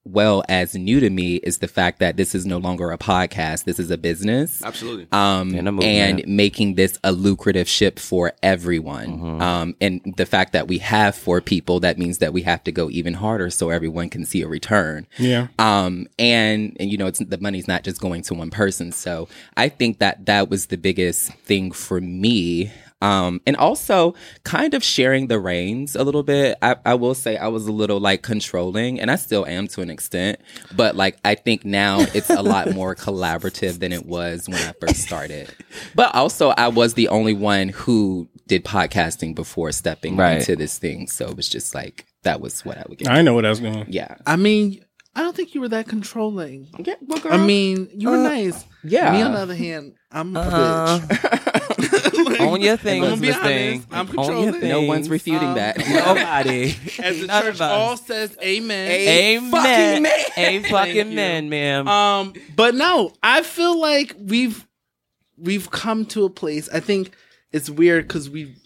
well as new to me is the fact that this is no longer a podcast. This is a business.
Absolutely.
Um,
And a
and,
movement.
making this a lucrative ship for everyone.
Mm-hmm.
Um, and the fact that we have four people, that means that we have to go even harder so everyone can see a return.
Yeah.
Um, and, and you know, it's the money's not just going to one person. So I think that that was the biggest thing for me. Um, and also kind of sharing the reins a little bit. I, I will say I was a little like controlling and I still am to an extent, but like I think now it's a lot more collaborative than it was when I first started. But also I was the only one who did podcasting before stepping
Right.
into this thing. So it was just like, that was what I would get.
I know what I was going.
yeah.
I mean, I don't think you were that controlling.
Yeah, well, girl. uh,
I mean, you were nice.
yeah.
Me, on the other hand, I'm a
Uh,
bitch. Like,
Own your thing,
I'm gonna be
Miss
honest,
Thing.
I'm
Own your
controlling.
thing.
no one's refuting
Um,
that.
Oh, Nobody.
As the
None
church
of us.
all says, Amen.
Amen.
fucking man.
A fucking
you.
man, ma'am.
Um, but no, I feel like we've we've come to a place. I think it's weird because we've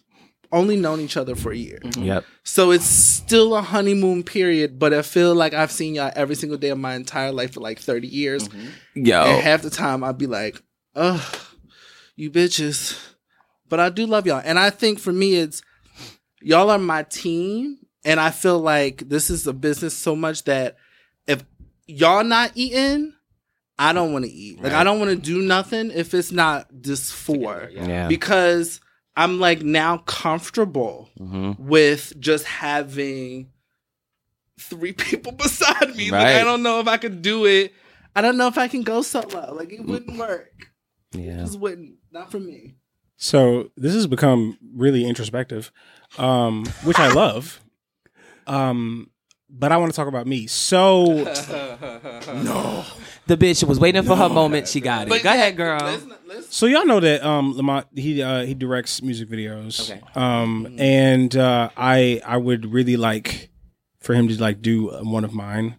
only known each other for a year,
Mm-hmm.
yep.
so it's still a honeymoon period. But I feel like I've seen y'all every single day of my entire life for like thirty years,
Mm-hmm.
and
Yo.
half the time I'd be like, "Ugh, you bitches," but I do love y'all, and I think for me it's y'all are my team, and I feel like this is a business so much that if y'all not eating, I don't want to eat. Like I don't want to do nothing if it's not this four,
Yeah.
because I'm like now comfortable
Mhm.
with just having three people beside me. Like
Right.
I don't know if I could do it. I don't know if I can go solo. Like it wouldn't work. It
Yeah.
just wouldn't. Not for me.
So this has become really introspective, um, which I love. Um, but I want to talk about me. So
The bitch was waiting for her moment. She got it.
But
Go ahead,
yeah,
girl.
let's not- let's-
So y'all know that um, Lamont he uh, he directs music videos.
Okay.
Um, and uh, I I would really like for him to like do uh, one of mine.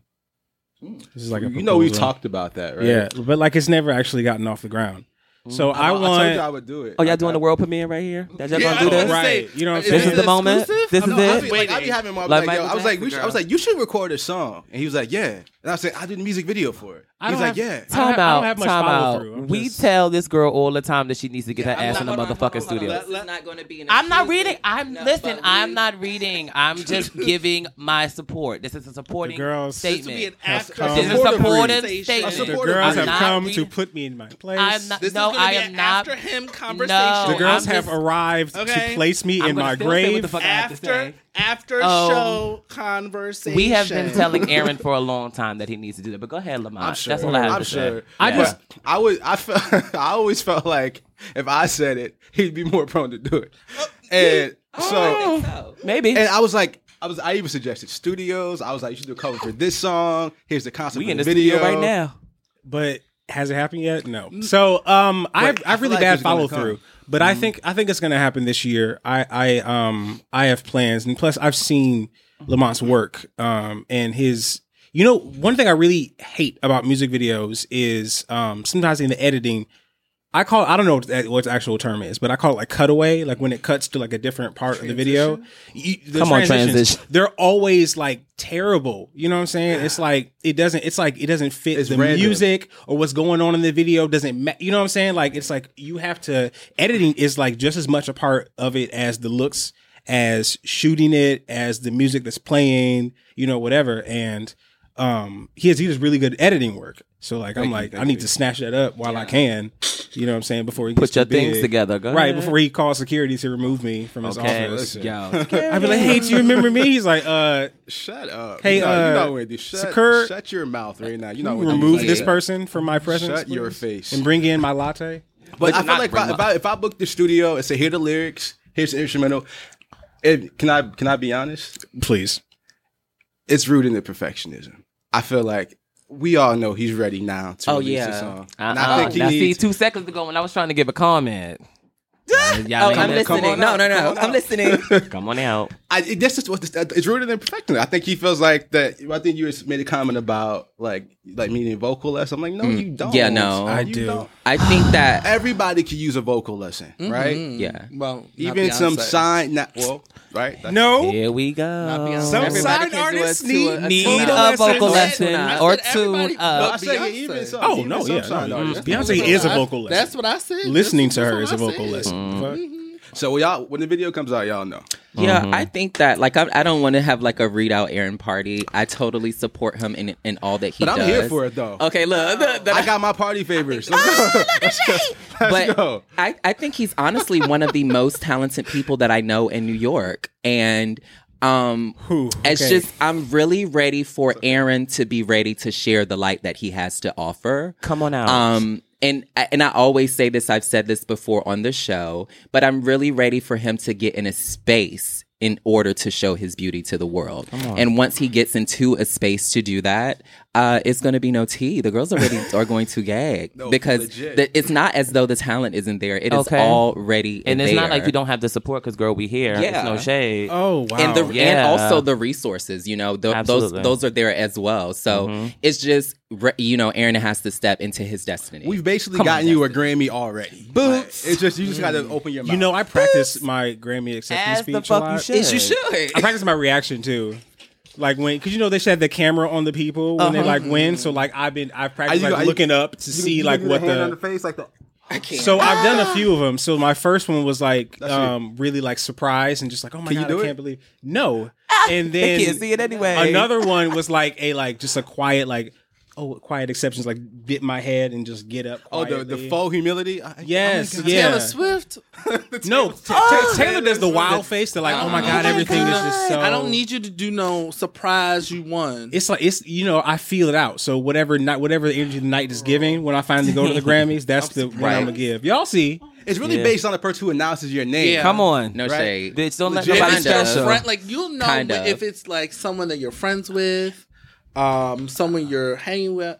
This is like a
you know, we
proposal.
talked about that, right?
Yeah, but like it's never actually gotten off the ground. So I,
I, I told
want
you I would do it.
Oh, y'all doing
I-
the world premiere right here? That y'all
Yeah,
gonna do
I was
this?
gonna
Right.
say,
You know what I'm
This is the
this
moment.
exclusive?
This is
I'm
I
it.
be, like, I be having my
Like
like, yo,
Michael
I was like, we
Jackson,
should, I was
girl.
like, you should record a song, and he was like, yeah, and I said, I did a music video for it.
I
He was
don't
like, yeah,
have-
Time
I don't
out.
have much
Time
follow-through.
out.
I'm
We
just-
tell this girl all the time that she needs to get her ass in the
not- hold on, hold on, hold
motherfucking
on.
studio.
This is not going to be. An
I'm not
excuse.
reading. I'm
No,
listen.
but
I'm
we-
not reading. I'm just giving my support. This is a supporting
The girls-
This would be
statement.
an
Has
after-
come-
This is a
Supportive
supportive
read.
statement.
A
the
supportive
girls
I'm
have
not
come
reading-
to put me in my place.
I'm not.
This
no,
is gonna
I
be
am
an
not.
after him conversation.
the
I'm
girls
just-
have arrived
Okay.
to place me
I'm
in
gonna
my
still say what the
grave.
fuck I have to
after
say.
after
Um,
show conversation.
We have been telling Aaron for a long time that he needs to do that. But go ahead, Lamont.
I'm sure.
That's all I have
I'm
to
sure.
say.
I
Yeah.
just, I was, I felt, I always felt like if I said it, he'd be more prone to do it,
Oh,
and so,
maybe.
and I was like. I was. I even suggested studios. I was like, "You should do a cover for this song. Here's the concept
We
for
in
the
the
video
studio right now.
but has it happened yet? No. So um, I have,
But
I
Mm. I
have
feel
really
like
bad
it's gonna
follow
come. Mm-hmm.
through, but I think I think it's gonna happen this year. I I um I have plans, and plus I've seen Lamont's work um and his. You know, one thing I really hate about music videos is um sometimes in the editing. I call I don't know what, that, what the actual term is, but I call it like cutaway, like when it cuts to like a different part of the video. You- the
Come on,
transitions,
transition.
They're always like terrible. You know what I'm saying? It's like it doesn't. It's like it doesn't fit
It's
the
random.
music or what's going on in the video doesn't ma- you know what I'm saying? Like it's like you have to editing is like just as much a part of it as the looks, as shooting it, as the music that's playing, you know, whatever. And um he has he does really good editing work. So like I'm like I need to snatch that up while I can, you know what I'm saying? Before he gets
Put your
too big.
things together. Go
right
ahead.
before he calls security to remove me from his
Okay.
office.
Yo.
I'd be like, hey, do you remember me? He's like, uh,
Shut up.
Hey,
you know,
uh,
you know what to do. Shut,
Sakura-
shut your mouth right now. You know what to do.
remove
Like,
this
yeah.
person from my presence.
Shut your face.
And bring in my latte.
But I
not
feel like if I,
bring
if I if I book the studio and say here are the lyrics, here's the instrumental. It, can I can I be honest?
Please.
It's rooted in perfectionism. I feel like we all know he's ready now to
Oh,
release
yeah.
the song,
Uh-uh.
and I think he
now, see,
needs.
two seconds ago when I was trying to give a comment. Y'all
Oh,
ain't
I'm
that- come
listening.
on
No,
out,
no, no. I'm listening.
Come on out.
I, it- this is what this, uh, it's rooted in perfecting. I think he feels like that. I think you just made a comment about like like needing vocal lesson. I'm like, no, you don't.
Yeah, no. I
You
do.
don't.
I think that.
Everybody can use a vocal lesson, right?
Yeah.
Well, not
Even some
Beyonce.
sign. Not, well, right? That's-
No.
Here we go.
Beyonce.
Some
Everybody
sign
can do
artists
it to a-
need,
a
Need
Tune
a
up.
vocal
Tune
lesson
up.
or
Said
tune
everybody
No,
up.
I said even some.
Oh,
even
no,
some
yeah,
sign
no,
artists.
Beyonce is a vocal lesson.
That's what I said.
Listening
That's-
to her
that's
is a
what I
vocal
said.
lesson. Fuck.
So y'all, when the video comes out, y'all know.
Yeah, I think that like I, I don't want to have like a read out Aaron party. I totally support him in in all that he
But I'm
does.
here for it though.
Okay, look, the, the,
I got my party favors. Let's go.
but
Let's go.
I, I think he's honestly one of the most talented people that I know in New York. And um
Whew,
it's
okay.
just I'm really ready for Aaron to be ready to share the light that he has to offer.
Come on out.
Um and and I always say this, I've said this before on the show, but I'm really ready for him to get in a space in order to show his beauty to the world. And once he gets into a space to do that, uh, it's going to be no tea. The girls already are going to gag because
legit.
the, it's not as though the talent isn't there. It is
Okay.
already
and it's not
there.
like you don't have the support because girl, we here.
Yeah.
It's no shade.
Oh wow.
And the and
Yeah.
also the resources, you know, tho- those
Absolutely. Mm-hmm.
those are there as well. So it's just re- you know, Aaron has to step into his destiny.
We've basically gotten you a Grammy already. Boots. it's just you just gotta open your mouth.
you know, I practice my Grammy
As
acceptance speech
the
a
fuck
lot.
you should.
Yes, you should.
I practice my reaction too. Like when, because you know they should have the camera on the people when they like win. So like I've been, I've practiced
Are you-
like
are you-
looking up to see
You
like
do
what
hand
the.
on the face like the.
so I've done a few of them. So my first one was like
it.
um really like surprised and just like oh my
Can you
god
do
I
it?
can't believe no. And then
can't see it anyway.
Another one was like a like just a quiet like oh quiet exceptions like dip my head and just get up.
Oh,
Quietly.
the, the faux humility. I-
Yes,
oh my God.
yeah.
Taylor Swift.
No, Ta- Ta- Taylor does the wild face. They're like, oh my god,
my
everything is just so.
I don't need you to do no surprise. You won.
It's like it's you know I feel it out. So whatever night, whatever the energy the night is giving, when I finally go to the Grammys, that's the one I'm gonna give. Y'all see?
It's really based on the person who announces your name.
Yeah.
Come on.
no
Right.
shade.
Bitch, don't let
Legit.
nobody
Kinda.
special.
friend, like you'll know
Kind of.
if it's like someone that you're friends with, um, someone you're hanging with.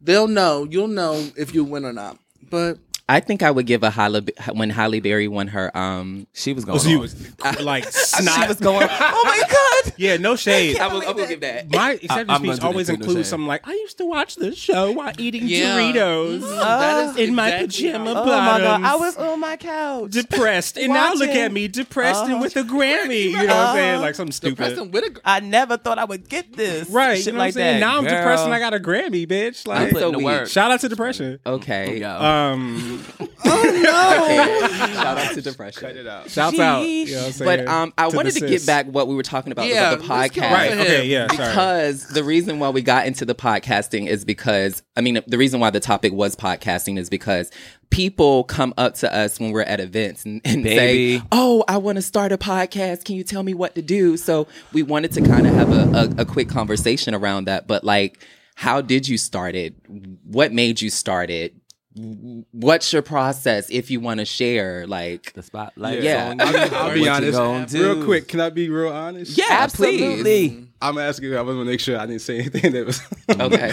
They'll know. You'll know if you win or not. But
I think I would give a Halle, when Halle Berry won her um
She was going.
Oh, so you
off.
was like snot.
going. oh my god.
Yeah, no shade.
I will, I will give that.
My acceptance
I'm gonna
speech
do the
always
thing, no
includes
shade.
something like I used to watch this show while eating
Yeah.
Doritos
that is
in my
exactly
pajama
how-
Oh my
bottoms.
god. I was on my couch.
depressed, and now look
watching-
at me depressed and
Uh-huh.
with a Grammy. You know what I'm saying? Like something
Preston
stupid.
Whitaker.
I never thought I would get this.
Right,
Shit
you know what I'm
like
saying?
that.
Now I'm
Girl.
depressed and I got a Grammy, bitch. Like,
putting the work.
shout out to depression.
Okay.
Yo.
Um,
Shout out to depression.
Cut it out.
shouts out.
Sheesh.
You know what I'm saying?
But um, I
the
wanted to get
sis.
back what we were talking about
Yeah,
about the
let's go
podcast.
Right.
Go ahead.
Okay. Yeah. Sorry.
because the reason why we got into the podcasting is because I mean the reason why the topic was podcasting is because people come up to us when we're at events and, and say,
Baby.
"Oh, I want to start a podcast. Can you tell me what to do?" So we wanted to kind of have a, a, a quick conversation around that. But like, how did you start it? What made you start it? What's your process if you want to share? Like,
The spotlight.
Yeah.
On you.
I'll be
What you
honest,
gonna do?
real quick. Can I be real honest?
yeah,
Absolutely.
please.
I'm asking. I want to make sure I didn't say anything that was
Okay.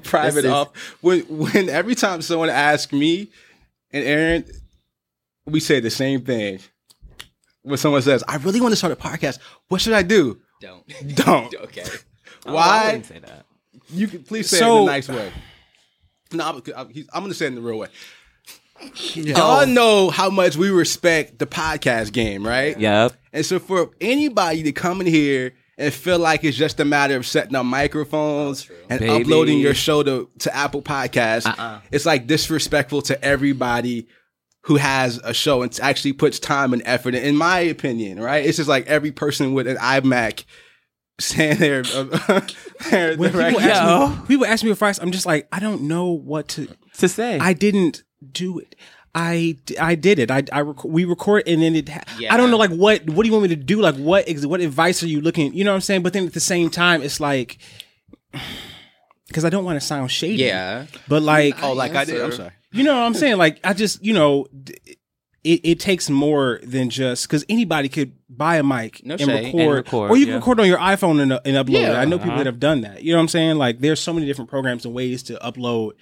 private.
This is-
Up when when every time someone asks me and Aaron, we say the same thing. When someone says, "I really want to start a podcast," what should I do?
Don't.
Don't.
Okay.
I
Why?
wouldn't say that.
You can please say it
So-
in a nice way. No, I'm, I'm, he's- I'm gonna say it in the real way. Y'all know how much we respect the podcast game, right?
Yep.
And so for anybody to come in here and feel like it's just a matter of setting up microphones and
Baby.
uploading your show to, to Apple Podcasts,
Uh-uh.
it's like disrespectful to everybody who has a show and actually puts time and effort. in my opinion, right? It's just like every person with an iMac standing there. Uh, there
When people,
directing-
ask
Yeah.
me, people ask me advice, I'm just like, I don't know what to.
To say.
I didn't do it. I, I did it. I, I rec- we record and then it. Ha- I don't know like what what do you want me to do? Like what ex- what advice are you looking? You know what I'm saying? But then at the same time, it's like because I don't want to sound shady.
Yeah.
But like
oh, like I did. I'm sorry.
You know what I'm saying? Like, I just, you know, d- it, it takes more than just because anybody could buy a mic
No
and,
shade,
record,
and
record,
or you can
yeah.
record on your iPhone and, and upload it.
Yeah.
I know
uh-huh.
people that have done that. You know what I'm saying? Like, there's so many different programs and ways to upload,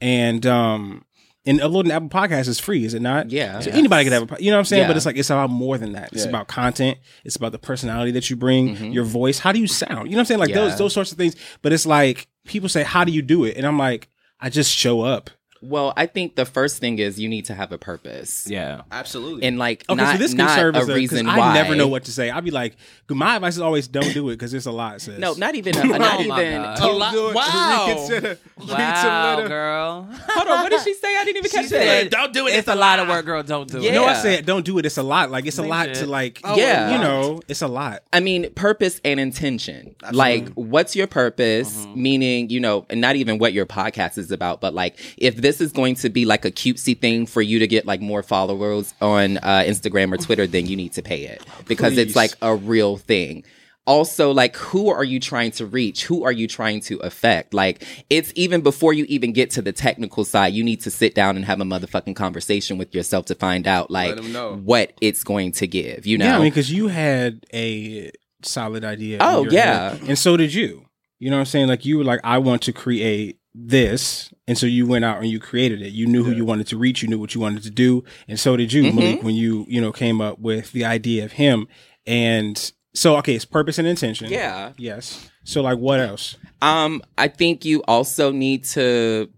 and um, And uploading to Apple Podcasts is free, is it not?
Yeah.
So
Yes.
anybody could have a, po- you know what I'm saying?
Yeah.
But it's like it's about more than that. It's
Yeah.
about content. It's about the personality that you bring, your voice. How do you sound? You know what I'm saying? Like
Mm-hmm. Yeah.
those those sorts of things. But it's like people say, "How do you do it?" And I'm like, I just show up.
Well, I think the first thing is you need to have a purpose.
Yeah.
Absolutely.
And like
Okay,
not,
so this can
not
serve
a
as a 'cause
reason
I
why.
never know what to say. I'd be like, my advice is always don't do it because it's a lot. Sis.
No, not even. A, not
Oh
Oh
my
even.
God.
a
Don't
lot-
do it.
Wow.
Reconsider. Read some
Uh, Wow,
litter.
girl.
Hold on. What did she say? I didn't even catch that.
don't do it. It's a lot of work, girl. Don't do it.
No, I
Yeah. Oh,
said don't do it. It's a lot. Like it's a lot
it.
to like.
Yeah.
"Oh, you know, it's a lot.
I mean, purpose and intention. Like, what's your purpose?
Mm-hmm.
Meaning, you know, and not even what your podcast is about, but like, if this is going to be like a cutesy thing for you to get like more followers on uh, Instagram or Twitter, then you need to pay it because it's
Please.
like a real thing. Also, like, who are you trying to reach? Who are you trying to affect? Like, it's even before you even get to the technical side, you need to sit down and have a motherfucking conversation with yourself to find out, like,
'em know.
what it's going to give, you know?
Yeah, I mean, because you had a solid idea. in
Oh,
your
yeah.
head, and so did you. You know what I'm saying? Like you were like, I want to create this, and so you went out and you created it. You knew who you wanted to reach. You knew what you wanted to do, and so did you, Malik,
Mm-hmm.
when you you know came up with the idea of him. And so, okay, it's purpose and intention.
yeah.
Yes. So, like, what else?
Um, I think you also need to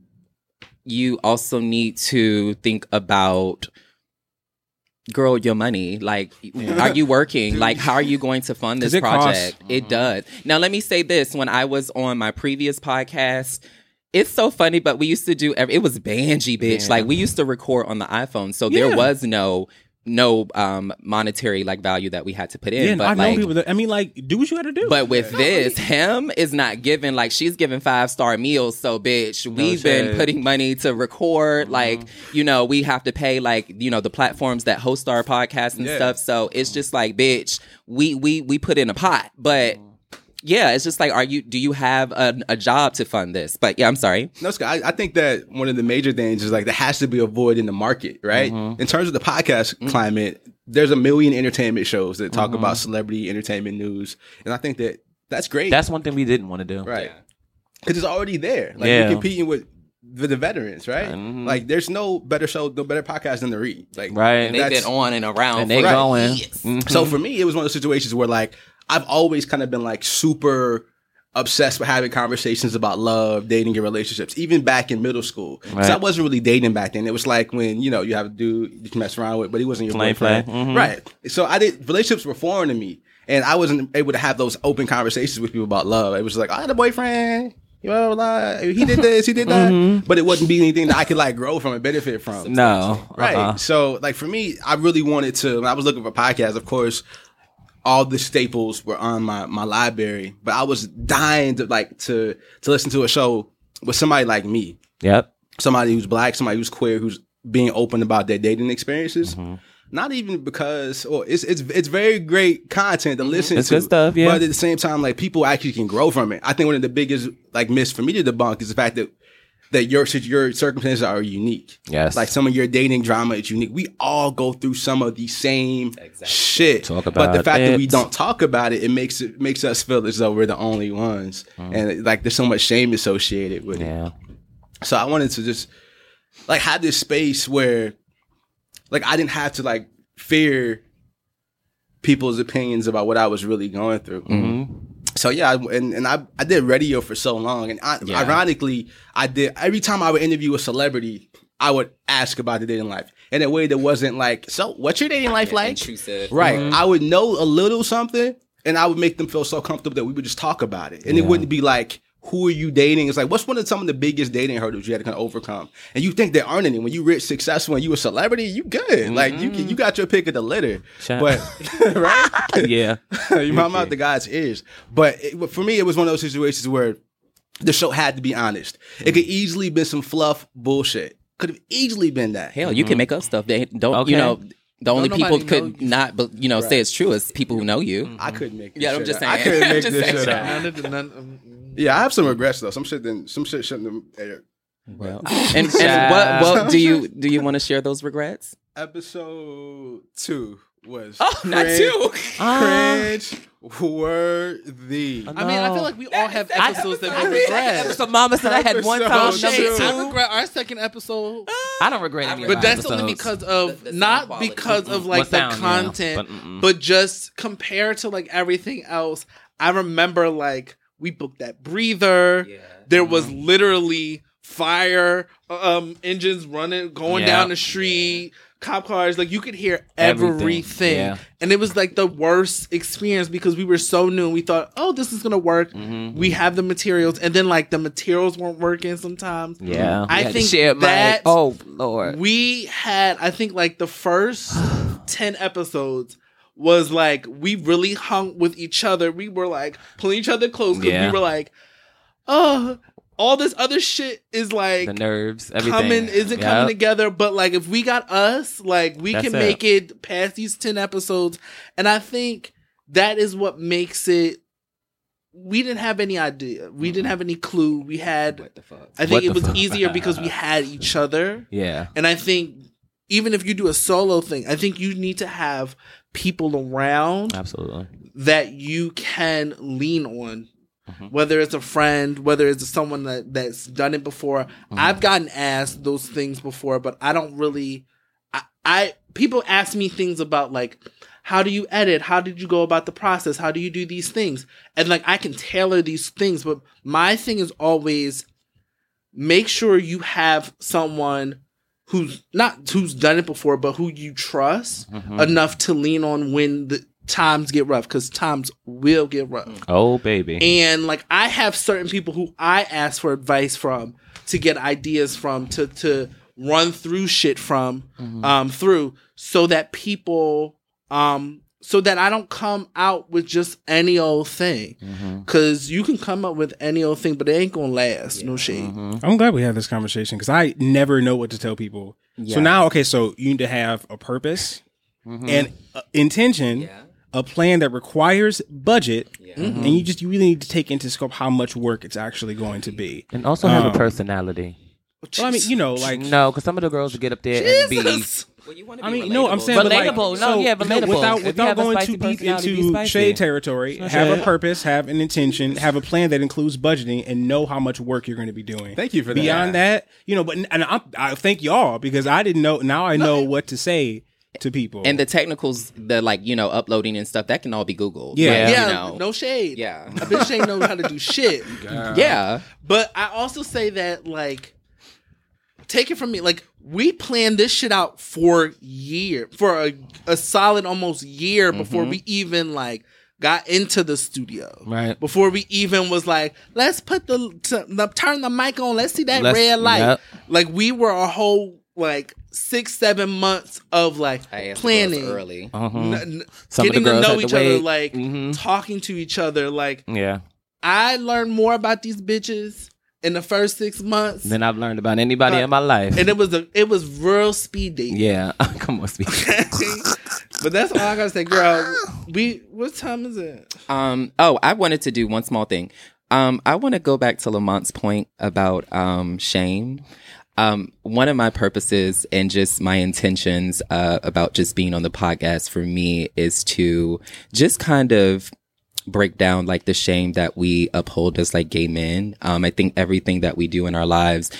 you also need to think about girl your money like are you working like how are you going to fund this
'Cause it costs.
project it does now let me say this when i was on my previous podcast it's so funny but we used to do every, it was banji bitch like we used to record on the iphone so there was no no um monetary like value that we had to put in
Yeah,
but
I've
like
known people that. I mean, like, do what you got to do.
but with this, him is not giving like she's giving five star meals. So bitch, we've been
shade.
putting money to record. Like you know, we have to pay like you know the platforms that host our podcast and
Yeah.
stuff. So it's just like bitch, we we we put in a pot, but. Yeah, it's just like, are you? Do you have a, a job to fund this? But yeah, I'm sorry.
No, Scott, I, I think that one of the major things is like there has to be a void in the market, right? In terms of the podcast climate, there's a million entertainment shows that talk about celebrity entertainment news, and I think that that's great,
That's one thing we didn't want to do.
right? Because it's already there. Like
Yeah.
you're competing with the, the veterans, right? Like there's no better show, no better podcast than the Read, like
Right.
And
They
they've
that's-
been on and around.
And they
for
going. Mm-hmm.
years.
So for me, it was one of those situations where like I've always kind of been like super obsessed with having conversations about love, dating, and relationships, even back in middle school. 'Cause
Right.
I wasn't really dating back then. It was like when you know you have a dude you can mess around with, but he wasn't your
Plain
boyfriend,
play. Mhm.
right? So I did relationships were foreign to me, and I wasn't able to have those open conversations with people about love. It was like I had a boyfriend. You know, like, he did this, he did that, but it wouldn't be anything that I could like grow from and benefit from.
No.
Right.
Uh-uh.
So, like for me, I really wanted to. When I was looking for podcasts, of course, all the staples were on my my library, but I was dying to like to to listen to a show with somebody like me,
Yep.
somebody who's black, somebody who's queer, who's being open about their dating experiences.
Mm-hmm.
Not even because, or it's it's it's very great content to listen
Mm-hmm. It's
to.
good stuff, yeah.
But at the same time, like people actually can grow from it. I think one of the biggest like myths for me to debunk is the fact that that your sit- your circumstances are unique.
Yes.
like some of your dating drama is unique. We all go through some of the same shit.
Talk
but the
about
fact that we
it.
don't talk about it, it makes it makes us feel as though we're the only ones, and like there's so much shame associated with it.
Mm-hmm. Yeah.
So I wanted to just like have this space where like I didn't have to like fear people's opinions about what I was really going through. So yeah, I, and and I I did radio for so long, and I, ironically, I did every time I would interview a celebrity, I would ask about the dating life in a way that wasn't like, so what's your dating life like?
Intrusive.
Right. I would know a little something and I would make them feel so comfortable that we would just talk about it. And it wouldn't be like, who are you dating? It's like, what's one of some of the biggest dating hurdles you had to kind of overcome? And you think there aren't any. When you rich, successful, and you a celebrity, you good. Like you
Mm-hmm.
can, you got your pick of the litter.
Shut-
But right?
yeah.
you mom out the guy's ears. But it, for me, it was one of those situations where the show had to be honest. It
Mm-hmm.
could easily been some fluff bullshit. Could have easily been that.
Hell, you can make up stuff. They don't. You
Mm-hmm. Okay.
know, the only
nobody
people
know
could
you.
not, but you Mm-hmm. know, say it's true is people who know you.
I couldn't make. This
Yeah, I'm
shit
just
up. I
saying.
couldn't
I'm
make
just
this
saying.
shit up.
None of the none. um,
Yeah, I have some regrets though. Some shit didn't. Some shit shouldn't. Have,
Well, and, and what, what do you do? You want to share those regrets?
episode two was
Not you.
cringe worthy.
I mean, I
No.
feel like we all have
I-
episodes that
I
we
mean,
regret.
Episode Mama said I had one time.
Episode
Shade.
two.
I
I regret our second episode,
I don't regret any of
but
my
that's only
episodes.
because of
The- the sound
not
quality.
because of
Mm-mm.
like
What
the
sound, yeah,
content,
but mm-mm.
but just compared to like everything else. I remember like we booked that breather. There was
Mm-hmm.
literally fire um engines running going
Yeah.
down the street cop cars like you could hear everything,
Everything, yeah.
and it was like the worst experience because we were so new we thought oh this is gonna work
Mm-hmm.
we have the materials and then like the materials weren't working sometimes
yeah,
I
We had to
think
share mic.
that-
oh lord,
we had i think like the first 10 episodes was like we really hung with each other we were like pulling each other close because
Yeah.
we were like oh all this other shit is like
the nerves, everything
coming isn't
Yep.
coming together but like if we got us like we
That's
can
it.
make it past these 10 episodes and i think that is what makes it we didn't have any idea we didn't have any clue we had
What the fuck?
i
What
think it
the
was
fuck?
easier because we had each other
Yeah,
and I think even if you do a solo thing, I think you need to have people around
absolutely.
that you can lean on. Whether it's a friend, whether it's someone that, that's done it before. I've gotten asked those things before, but I don't really I, I people ask me things about like how do you edit? How did you go about the process? How do you do these things? And like I can tailor these things, but my thing is always make sure you have someone who's not who's done it before, but who you trust enough to lean on when the times get rough, because times will get rough.
Oh baby,
And like I have certain people who I ask for advice from to get ideas from to to run through shit from um through so that people um so that I don't come out with just any old thing. Cause you can come up with any old thing, but it ain't gonna last. No shade.
I'm glad we had this conversation because I never know what to tell people. So
Yeah.
now, okay, so you need to have a purpose and uh, intention, a plan that requires budget, and you just you really need to take into scope how much work it's actually going to be.
and also have
Um,
a personality.
Well, I mean, you know, E like
no, because some of the girls would get up there and be
Jesus.
Well, you want to
I mean, no, I'm saying but like,
Relatable. No,
so,
yeah,
you know,
relatable. If
Without,
you
without
have a
going
spicy
too deep
personality, be
into
spicy.
shade territory, have
it.
a purpose, have an intention, have a plan that includes budgeting, and know how much work you're going to be doing.
Thank you for that.
Beyond that, you know, but and I, I thank y'all because I didn't know. Now I know what to say to people.
And the technicals, the like, you know, uploading and stuff, that can all be Googled.
Yeah.
Like,
Yeah,
You know,
no shade.
Yeah.
A bitch ain't know how to do shit.
yeah.
But I also say that like take it from me like we planned this shit out for year for a, a solid almost year before
Mm-hmm.
we even like got into the studio.
Right.
Before we even was like, let's put the, t- the turn the mic on, let's see that
Let's-
red light.
yep.
Like we were a whole like 6 7 months of like
I asked the girls
planning
early.
Uh-huh.
n- n-
Some of the
getting to
girls had
know
to
each other,
wait.
like
Mhm.
talking to each other, like
Yeah.
I learned more about these bitches in the first six months,
Than I've learned about anybody
Uh,
in my life.
and it was a it was real speed dating.
yeah. Come on, speak.
but that's all I gotta say, girl. We what time is it?
Um, oh, I wanted to do one small thing. Um, I want to go back to Lamont's point about um, shame. Um, one of my purposes and just my intentions uh, about just being on the podcast for me is to just kind of break down like the shame that we uphold as like gay men. Um, I think everything that we do in our lives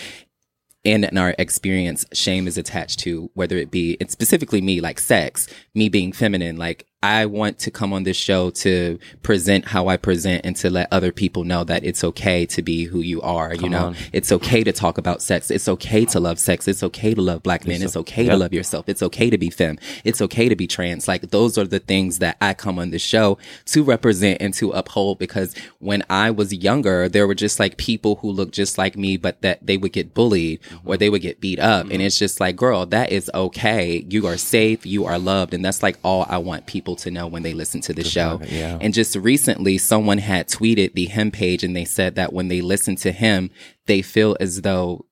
and in our experience, shame is attached to whether it be, and specifically me, like sex, me being feminine. Like, I want to come on this show to present how I present and to let other people know that it's okay to be who you are. you know, it's okay to talk about sex. It's okay to love sex. It's okay to love black men. It's okay to love yourself. It's okay to be femme. It's okay to be trans. Like, those are the things that I come on this show to represent and to uphold because when I was younger, there were just like people who looked just like me, but that they would get bullied or they would get beat up. And it's just like, girl, that is okay. You are safe. You are loved. And that's like all I want people to know when they listen to the show. And just recently, someone had tweeted the him page and they said that when they listen to him, they feel as though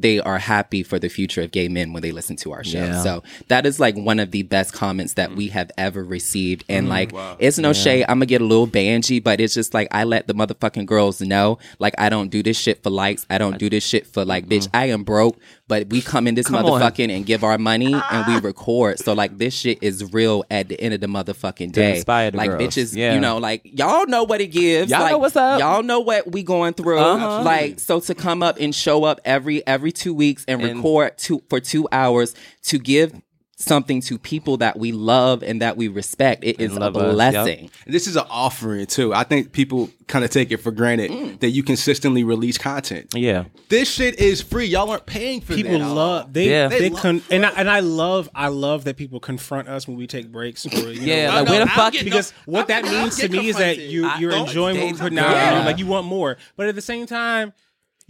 they are happy for the future of gay men when they listen to our show.
Yeah.
So that is like one of the best comments that we have ever received. And
Mm.
like, it's no shade. I'm gonna get a little bangy, but it's just like I let the motherfucking girls know, like I don't do this shit for likes. I don't do this shit for like, bitch. I am broke, but we come in this
Mm-hmm. on. Ah.
motherfucking and give our money and we record. So like, this shit is real at the end of the motherfucking day.
inspire the
like
girls.
bitches,
Yeah.
you know, like y'all know what it gives.
Y'all know
like,
what's up.
Y'all Oh, know what we going through.
Uh-huh.
Like so to come up and show up every every two weeks and,
And-
record two for two hours to give something to people that we love and that we respect. It is a
love us, yup.
blessing.
And this is an offering too. I think people kind of take it for granted that you consistently release content.
Yeah.
This shit is free. Y'all aren't paying for
people
that.
love they
Yeah.
they,
They
con- and I, and I love I love that people confront us when we take breaks. Or, you
Yeah,
know,
like, where the fuck-
because what that means to me is that you you're
don't-
enjoying what
they-
we're putting out.
Yeah.
and you're Like you want more, but at the same time,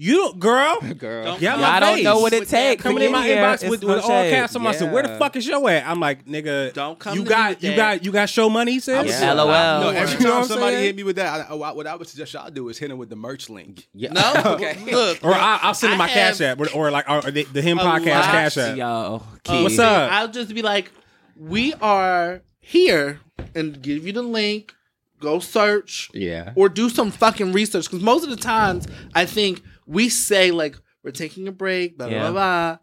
you don't, girl.
Girl.
Yeah,
Yeah, I don't know what it takes.
Coming
to
in
get
my
here.
inbox
It's
with,
no
with all
shade.
caps on my said, "Where the fuck is your at?" I'm like, "Nigga,
Don't come
You
to me
got
with
you
that.
got you got show money, sis.
Yeah.
Yeah.
LOL.
No, every
You know what
time
I'm
somebody
saying?
hit me with that, I, I- what I would suggest y'all do is hit them with the merch link.
Yeah.
No,
okay.
look.
Or I, I'll send
I
him my
have-
cash app, or, or like or the, the him
A
podcast
lot
cash
to
app.
Yo.
Um,
What's
Keith.
up?
I'll just be like, we are here and give you the link. Go search.
Yeah.
Or do some fucking research. Because most of the times, I think we say, like, we're taking a break, blah,
Yeah.
blah, blah.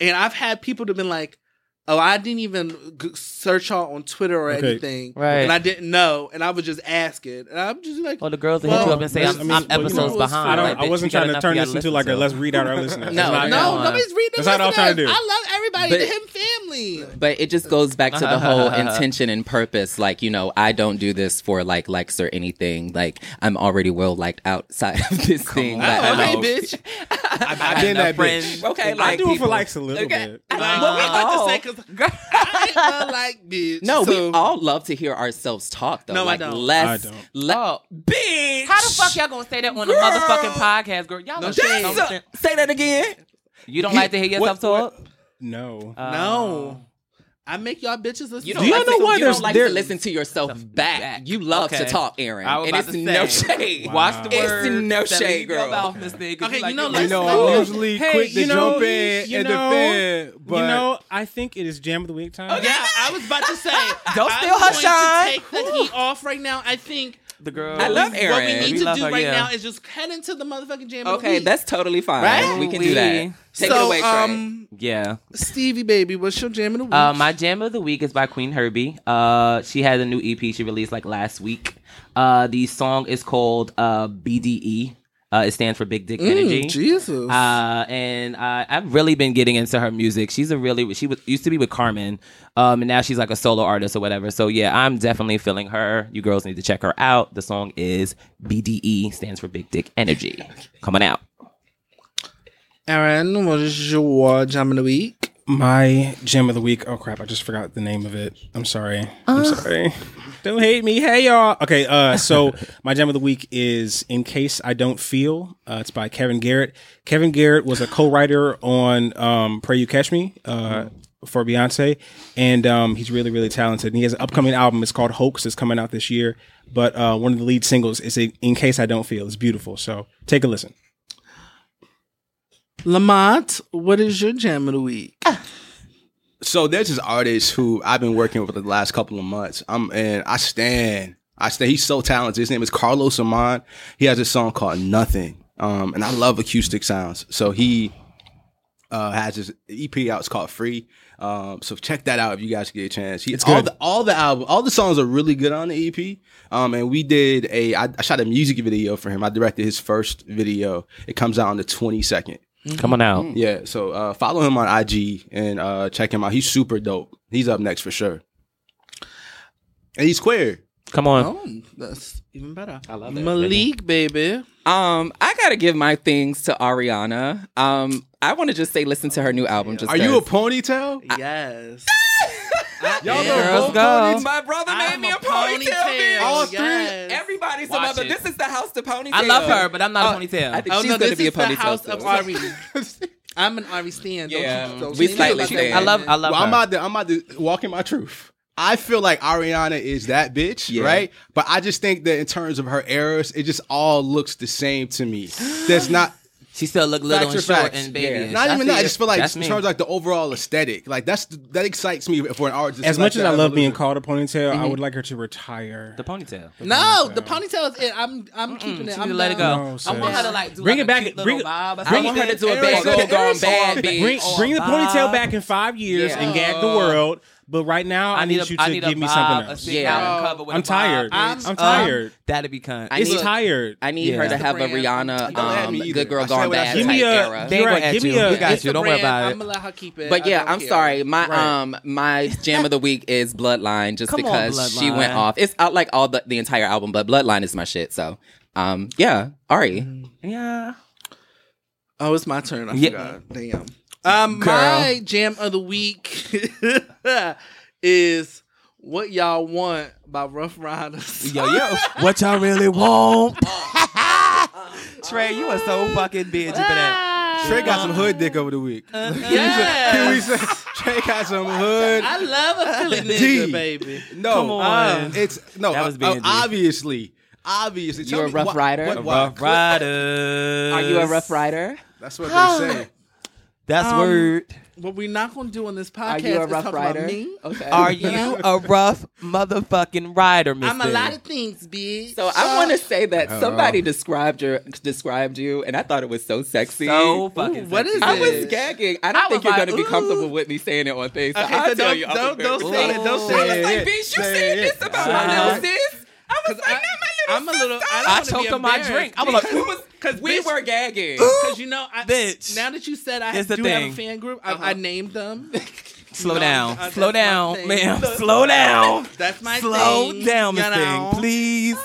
And I've had people to been like, oh, I didn't even g- search y'all on Twitter or
Okay.
anything.
Right.
And I didn't know. And I was just asking. And I'm just like,
Well, the girls that hit
Well,
you up and say,
that's-
I'm,
I mean,
I'm
well, you
episodes
know, it's-
behind.
I don't.
Like,
I
bitch, you
wasn't
got
trying to
enough
turn
you
this
gotta
into
listen
like a
to.
let's read out our listeners.
No,
That's not-
no.
no,
on.
nobody's reading
That's not what I'm trying to
listeners.
do.
I love everybody.
But-
the him family.
But it just goes back to the whole intention and purpose. Like, you know, I don't do this for like likes or anything. Like, I'm already well liked outside of this thing. But
Oh,
I
hey,
know-
bitch.
I've, I've been that
friends.
bitch.
Okay,
I
like
do it for
people.
likes a little
Okay.
bit.
Like,
Wow.
what we about to say? Because I ain't gonna like bitch.
No,
So-
we all love to hear ourselves talk though.
No, I
like,
don't.
Less,
I don't.
le-
Oh.
bitch.
How the fuck y'all gonna say that on a
Girl.
motherfucking podcast, girl? Y'all
No
are
shade.
so
So-
thin-
say that again?
You don't like to hear yourself talk?
No.
Uh,
No. I make y'all bitches listen.
You
to
don't
Do y'all
like
know
to,
why
you
there's-
don't like
there-
to listen to yourself back.
back.
You love
Okay.
to talk, Aaron.
I was
And
about
it's
to
no
say.
shade.
Watch the
It's
words.
no
that
shade,
leave your
girl.
mouth, Miss Nigga.
Okay, you know,
You
let's-
know,
Listen.
I'm usually quick to jump in and defend, but
you know, I think it is jam of the week time.
Yeah, I was about to say.
Don't
I'm
steal her
going to
shine.
Take the heat off right now. I think
the girl.
I love
what we
Aaron.
need
We
to
love
do
her,
right
yeah.
now is just head into the motherfucking jam. of the
Okay,
week.
that's totally fine.
Right?
We can do that. Take
so.
it away, Trey.
um,
Yeah.
Stevie baby, what's your jam of the week?
Uh, my jam of the week is by Queen Herbie. Uh, she has a new EP she released like last week. Uh, the song is called uh, BDE. Uh, it stands for Big Dick
Mm,
Energy.
Jesus.
Uh, and uh, I've really been getting into her music. She's a really she was used to be with Carmen, um, and now she's like a solo artist or whatever. So yeah, I'm definitely feeling her. You girls need to check her out. The song is BDE, stands for Big Dick Energy. Come on out.
Aaron, what is your jam of the week?
My gem of the week. Oh crap! I just forgot the name of it. I'm sorry. I'm sorry. Don't hate me. Hey y'all. Okay. Uh. So my gem of the week is "In Case I Don't Feel." Uh, it's by Kevin Garrett. Kevin Garrett was a co-writer on um, "Pray You Catch Me." Uh. For Beyonce, and um, he's really, really talented. And he has an upcoming album. It's called Hoax. It's coming out this year. But uh, one of the lead singles is a, "In Case I Don't Feel." It's beautiful. So take a listen.
Lamont, what is your jam of the week?
So there's this artist who I've been working with for the last couple of months. I'm and I stand. I stand. He's so talented. His name is Carlos Amon. He has a song called Nothing. Um, and I love acoustic sounds. So he uh, has his EP out. It's called Free. Um, so check that out if you guys get a chance. He,
It's
all
good.
the all the album, all the songs are really good on the EP. Um, and we did a I, I shot a music video for him. I directed his first video. It comes out on the twenty second.
Mm-hmm.
Come on out.
Yeah, so uh, follow him on IG and uh, check him out. He's super dope. He's up next for sure. And he's queer.
Come on.
Oh, that's even better. I love it. Malik, baby.
Um, I gotta give my things to Ariana. Um, I want to just say, listen to her new album. Just
Are you a
cause.
ponytail?
Yes.
Y'all
Yeah.
know
Girls
both
go.
ponytails.
My brother made
I'm
me
a
a, ponytail.
ponytail,
bitch.
All three?
yes.
Everybody's
Watch
a mother.
it.
This is the house to ponytail.
I love her, but I'm not a ponytail.
I think
Oh
she's
no,
gonna
this
be
is
a ponytail.
the house
too.
of Ari. I'm an Ari stan. Don't
Yeah.
you, don't
We
you
slightly
like
stan.
I love. I love.
Well,
her.
I'm about to I'm about to walk in my truth. I feel like Ariana is that bitch,
Yeah.
right? But I just think that in terms of her errors, it just all looks the same to me. That's not
She still looked little
Facts
and
are
short
facts.
and baby.
Yeah.
and
Not
shit.
even
see
that. I
it.
just feel like
That's
in
me.
terms of like the overall aesthetic, like that's that excites me for an artist.
As
like
much as
that
I love being
evolution.
called a Mm-hmm. ponytail, I would like her to retire.
the ponytail.
No, the ponytail is it. I'm I'm keeping
She
it.
need
I'm
to let it
down.
go.
No,
I want
sis.
her to like do
Bring
like
it back-
A cute
bring
little
it-
bob. or
I want
something.
her to do a
Eric
big
said
go
that- Eric
gone
said
bad
that.
bitch.
Bring, bring the
Bob.
ponytail back in five years
Yeah.
and gag the world. But right now, I,
I
need,
need a,
you
I
to
need
give
a
me
bob,
something
a
else.
sit
Yeah.
down cover with
I'm
a bob,
tired.
bitch.
I'm,
Um,
tired.
That'd be kind.
I
It's
need-
tired.
I need
Yeah.
her to have a
Brand.
Rihanna,
Don't at
um,
me either.
good girl
I said
gone
what I
bad
said.
type
Give me a-
era.
they-
They ain't
Right,
gonna at
give
you.
me a-
We got
It's
you.
the
Don't
brand.
worry about
I'm
it.
gonna let her keep it.
But
I
yeah,
don't
I'm
care.
sorry. My
Right.
um my jam of the week is Bloodline, just
Come on,
because she went
Bloodline.
off. It's out like all the, the entire album, but Bloodline is my shit. So um yeah, Ari.
Yeah.
Oh, it's my turn. I
Yeah. Uh,
forgot. Damn. Um,
Girl.
my jam of the week is "What Y'all Want" by Rough Riders.
Yo, yo. what y'all really want? Trey, you are so fucking bitchy for that.
Trey got some hood dick over the week.
Uh,
Can we
Yes.
say Trey got some hood?
I love a silly
D.
nigga, baby.
No,
Come on.
um, it's no.
That was
uh,
BNG.
obviously, obviously. Tell
You're a
me
Rough
what-
Rider?
what-
A
what-
Rough Riders.
Are you a rough rider?
That's what they say.
That's word.
What we're not gonna do on this
Are
podcast
you a
is
rough
talk about
rider?
me.
Okay.
Are you a rough motherfucking rider, Miss?
I'm a lot of things, bitch.
So I want to say that somebody described your described you, and I thought it was so sexy.
so fucking.
Ooh, what
sexy.
is
I was
Yes.
gagging. I
I
don't think
was
you're
like,
gonna be
ooh.
comfortable with me saying it on things. So
Okay,
I'll
so
tell
don't-
you.
don't- don't
embarrassed.
say
it,
I
don't
was
say
like,
it.
bitch, you
Say
said
it.
this about
Uh-huh.
my little sis. I was like,
I-
not my
I'm a
little sis.
little. I, don't
I
wanna be
choked on my
embarrassed.
drink. I was like,
It was because we
Bitch.
were gagging.
Because you know, I,
Bitch.
Now that you said I
It's the
do
thing. Uh-huh.
have a fan group, I, I named them.
slow
No,
down,
that's
slow
my
down,
thing.
ma'am, slow down,
That's my
slow
thing.
down,
you
Miss Thing,
know.
please.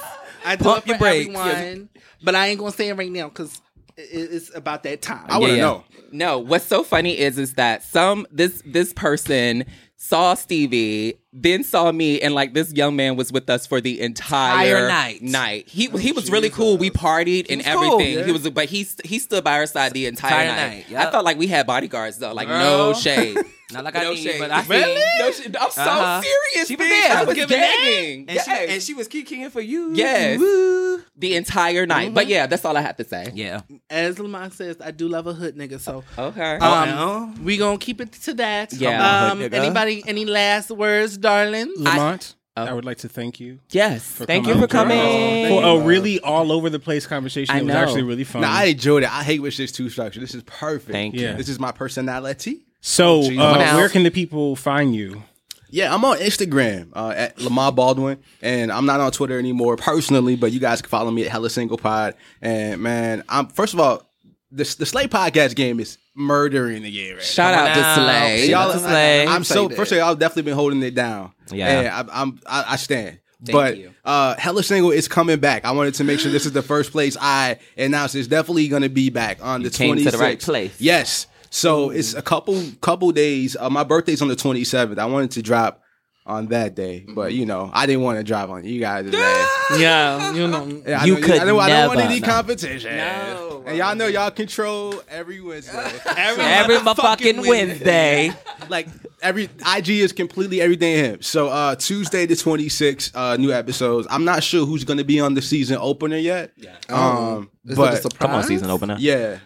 I do
Pump
it for
your brakes.
everyone, but I ain't gonna say it right now because it's about that time.
I want to
yeah.
know.
No, what's so funny is is that some this this person saw Stevie, then saw me, and like this young man was with us for the entire
Entire night.
Night he he
Oh,
was really cool. We partied and
was cool.
everything. He was, but he st- he stood by our side the entire
Entire
night.
night, yep.
I felt like we had bodyguards though, like
Girl.
no shade.
Not like I
no
need,
shade.
but I
really?
see.
No shade. I'm so
Uh-huh.
serious. She
She was there.
I
She was
was
giving that.
gagging.
And she,
Yes.
and she was kicking for you.
Yes.
Woo.
the entire night. But yeah, that's all I have to say.
Mm-hmm. Yeah.
As Lamont says, I do love a hood nigga, so
Okay.
Uh, Uh-oh.
um, we gonna keep it to that.
Yeah.
Um,
Hood nigga.
anybody, any last words, darling?
Lamont, I, would like to thank you.
yes.
Thank you for
coming.
coming.
For a really all over the place conversation.
I
It was
know.
actually really fun.
Now I enjoyed it. I hate when shit's too structured. This is perfect.
Thank
Yeah.
you.
Um, you.
This is my personality.
so,
Jeez.
uh,
Come
out.
where can the people find you?
Yeah, I'm on Instagram uh, at Lamar Baldwin, and I'm not on Twitter anymore personally. But you guys can follow me at Hella Single Pod. And man, I'm first of all, this the Slay Podcast game is murdering the game. Right
Shout out to
Come on out.
Slay.
Shout out
Y'all,
to Slay.
I, am so
Slay
first of all, I've definitely been holding it down.
Yeah.
and I, I'm I, I stand. but
you.
uh Hella Single is coming back. I wanted to make sure this is the first place I announced it's definitely going to be back on the
came to
26th.
the right place. Mm.
Yes. So it's a couple couple days. Uh, my birthday's on the 27th. I wanted to drop on that day,
Mm-hmm.
but you know I didn't want to drop on you guys. man.
Yeah, you know.
Yeah, I
You
know,
could
I don't, I don't want
never,
any
no.
competition.
No.
and y'all know y'all control every Wednesday. every
Every motherfucking Wednesday.
like every IG is completely everything him. So uh Tuesday the 26th, uh new episodes. I'm not sure who's gonna be on the season opener yet. Yeah.
Oh,
Um
Is it a
but
surprise?
opener.
yeah.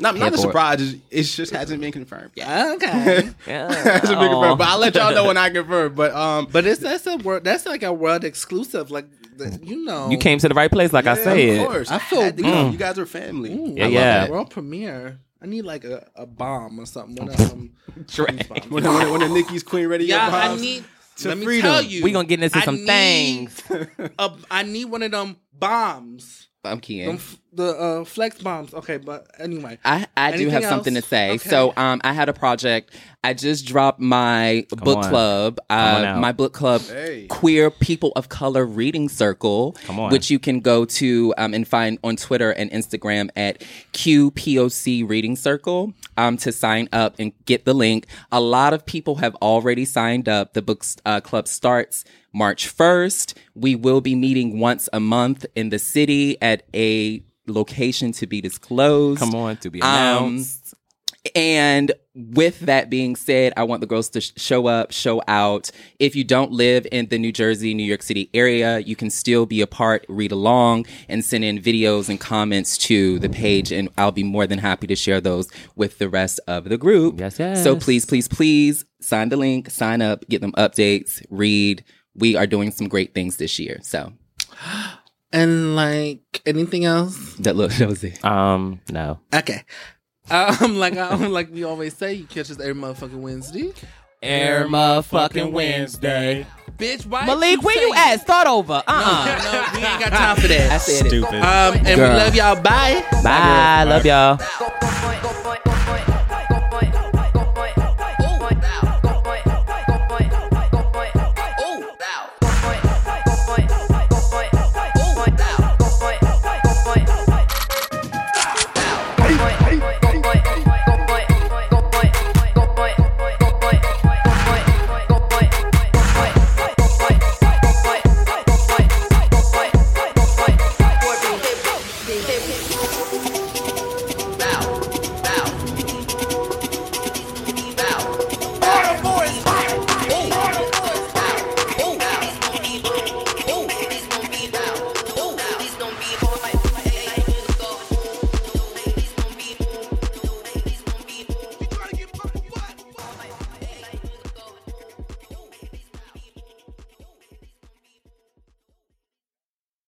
Not, not
Here
a
for it.
surprise, it's, it's just hasn't been confirmed. Yeah.
Okay,
hasn't been
Oh.
confirmed. But I'll let y'all know when I confirm. But um
but it's that's a world. That's like a world exclusive. Like the, you know,
You came to the right place, like I
of
said.
course.
I
I
feel Mm.
feel you,
good.
you guys are family.
Yeah, yeah.
world premiere. I need like a, a bomb or something. One of them.
Drake.
When, when, when the Nikki's Queen ready to
Yeah,
go
I
house.
need.
to
let me
freedom.
tell you,
We gonna get into
I
some
need
things.
a- I need one of them bombs.
I'm
Them
kidding.
f- the uh, flex bombs. Okay, but anyway,
I, I do
Anything
have something
else?
to say.
Okay.
So um, I had a project. I just dropped my book
on.
club.
on
Uh,
out.
my book club,
Hey.
queer people of color reading circle,
Come on.
which you can go to um, and find on Twitter and Instagram at QPOC Reading Circle um, to sign up and get the link. A lot of people have already signed up. The book uh, club starts. March 1st. We will be meeting once a month in the city at a location to be disclosed.
Come on, to be
Um,
announced.
And with that being said, I want the girls to sh- show up, show out. If you don't live in the New Jersey, New York City area, you can still be a part, read along, and send in videos and comments to the page. And I'll be more than happy to share those with the rest of the group.
Yes, yes.
So please, please, please sign the link, sign up, get them updates, read. We are doing some great things this year. So
And like anything else?
that look, that was it.
Um, no.
Okay. Um, like um, like we always say, you catch us every motherfucking Wednesday.
Air motherfucking
Wednesday.
Bitch, why
Malik,
keep
where you
saying-
at? Start over. Uh-uh.
No, we ain't got time for that.
I said it.
Stupid.
Um, and we
Girl.
love y'all. Bye.
Bye. Love y'all.
Go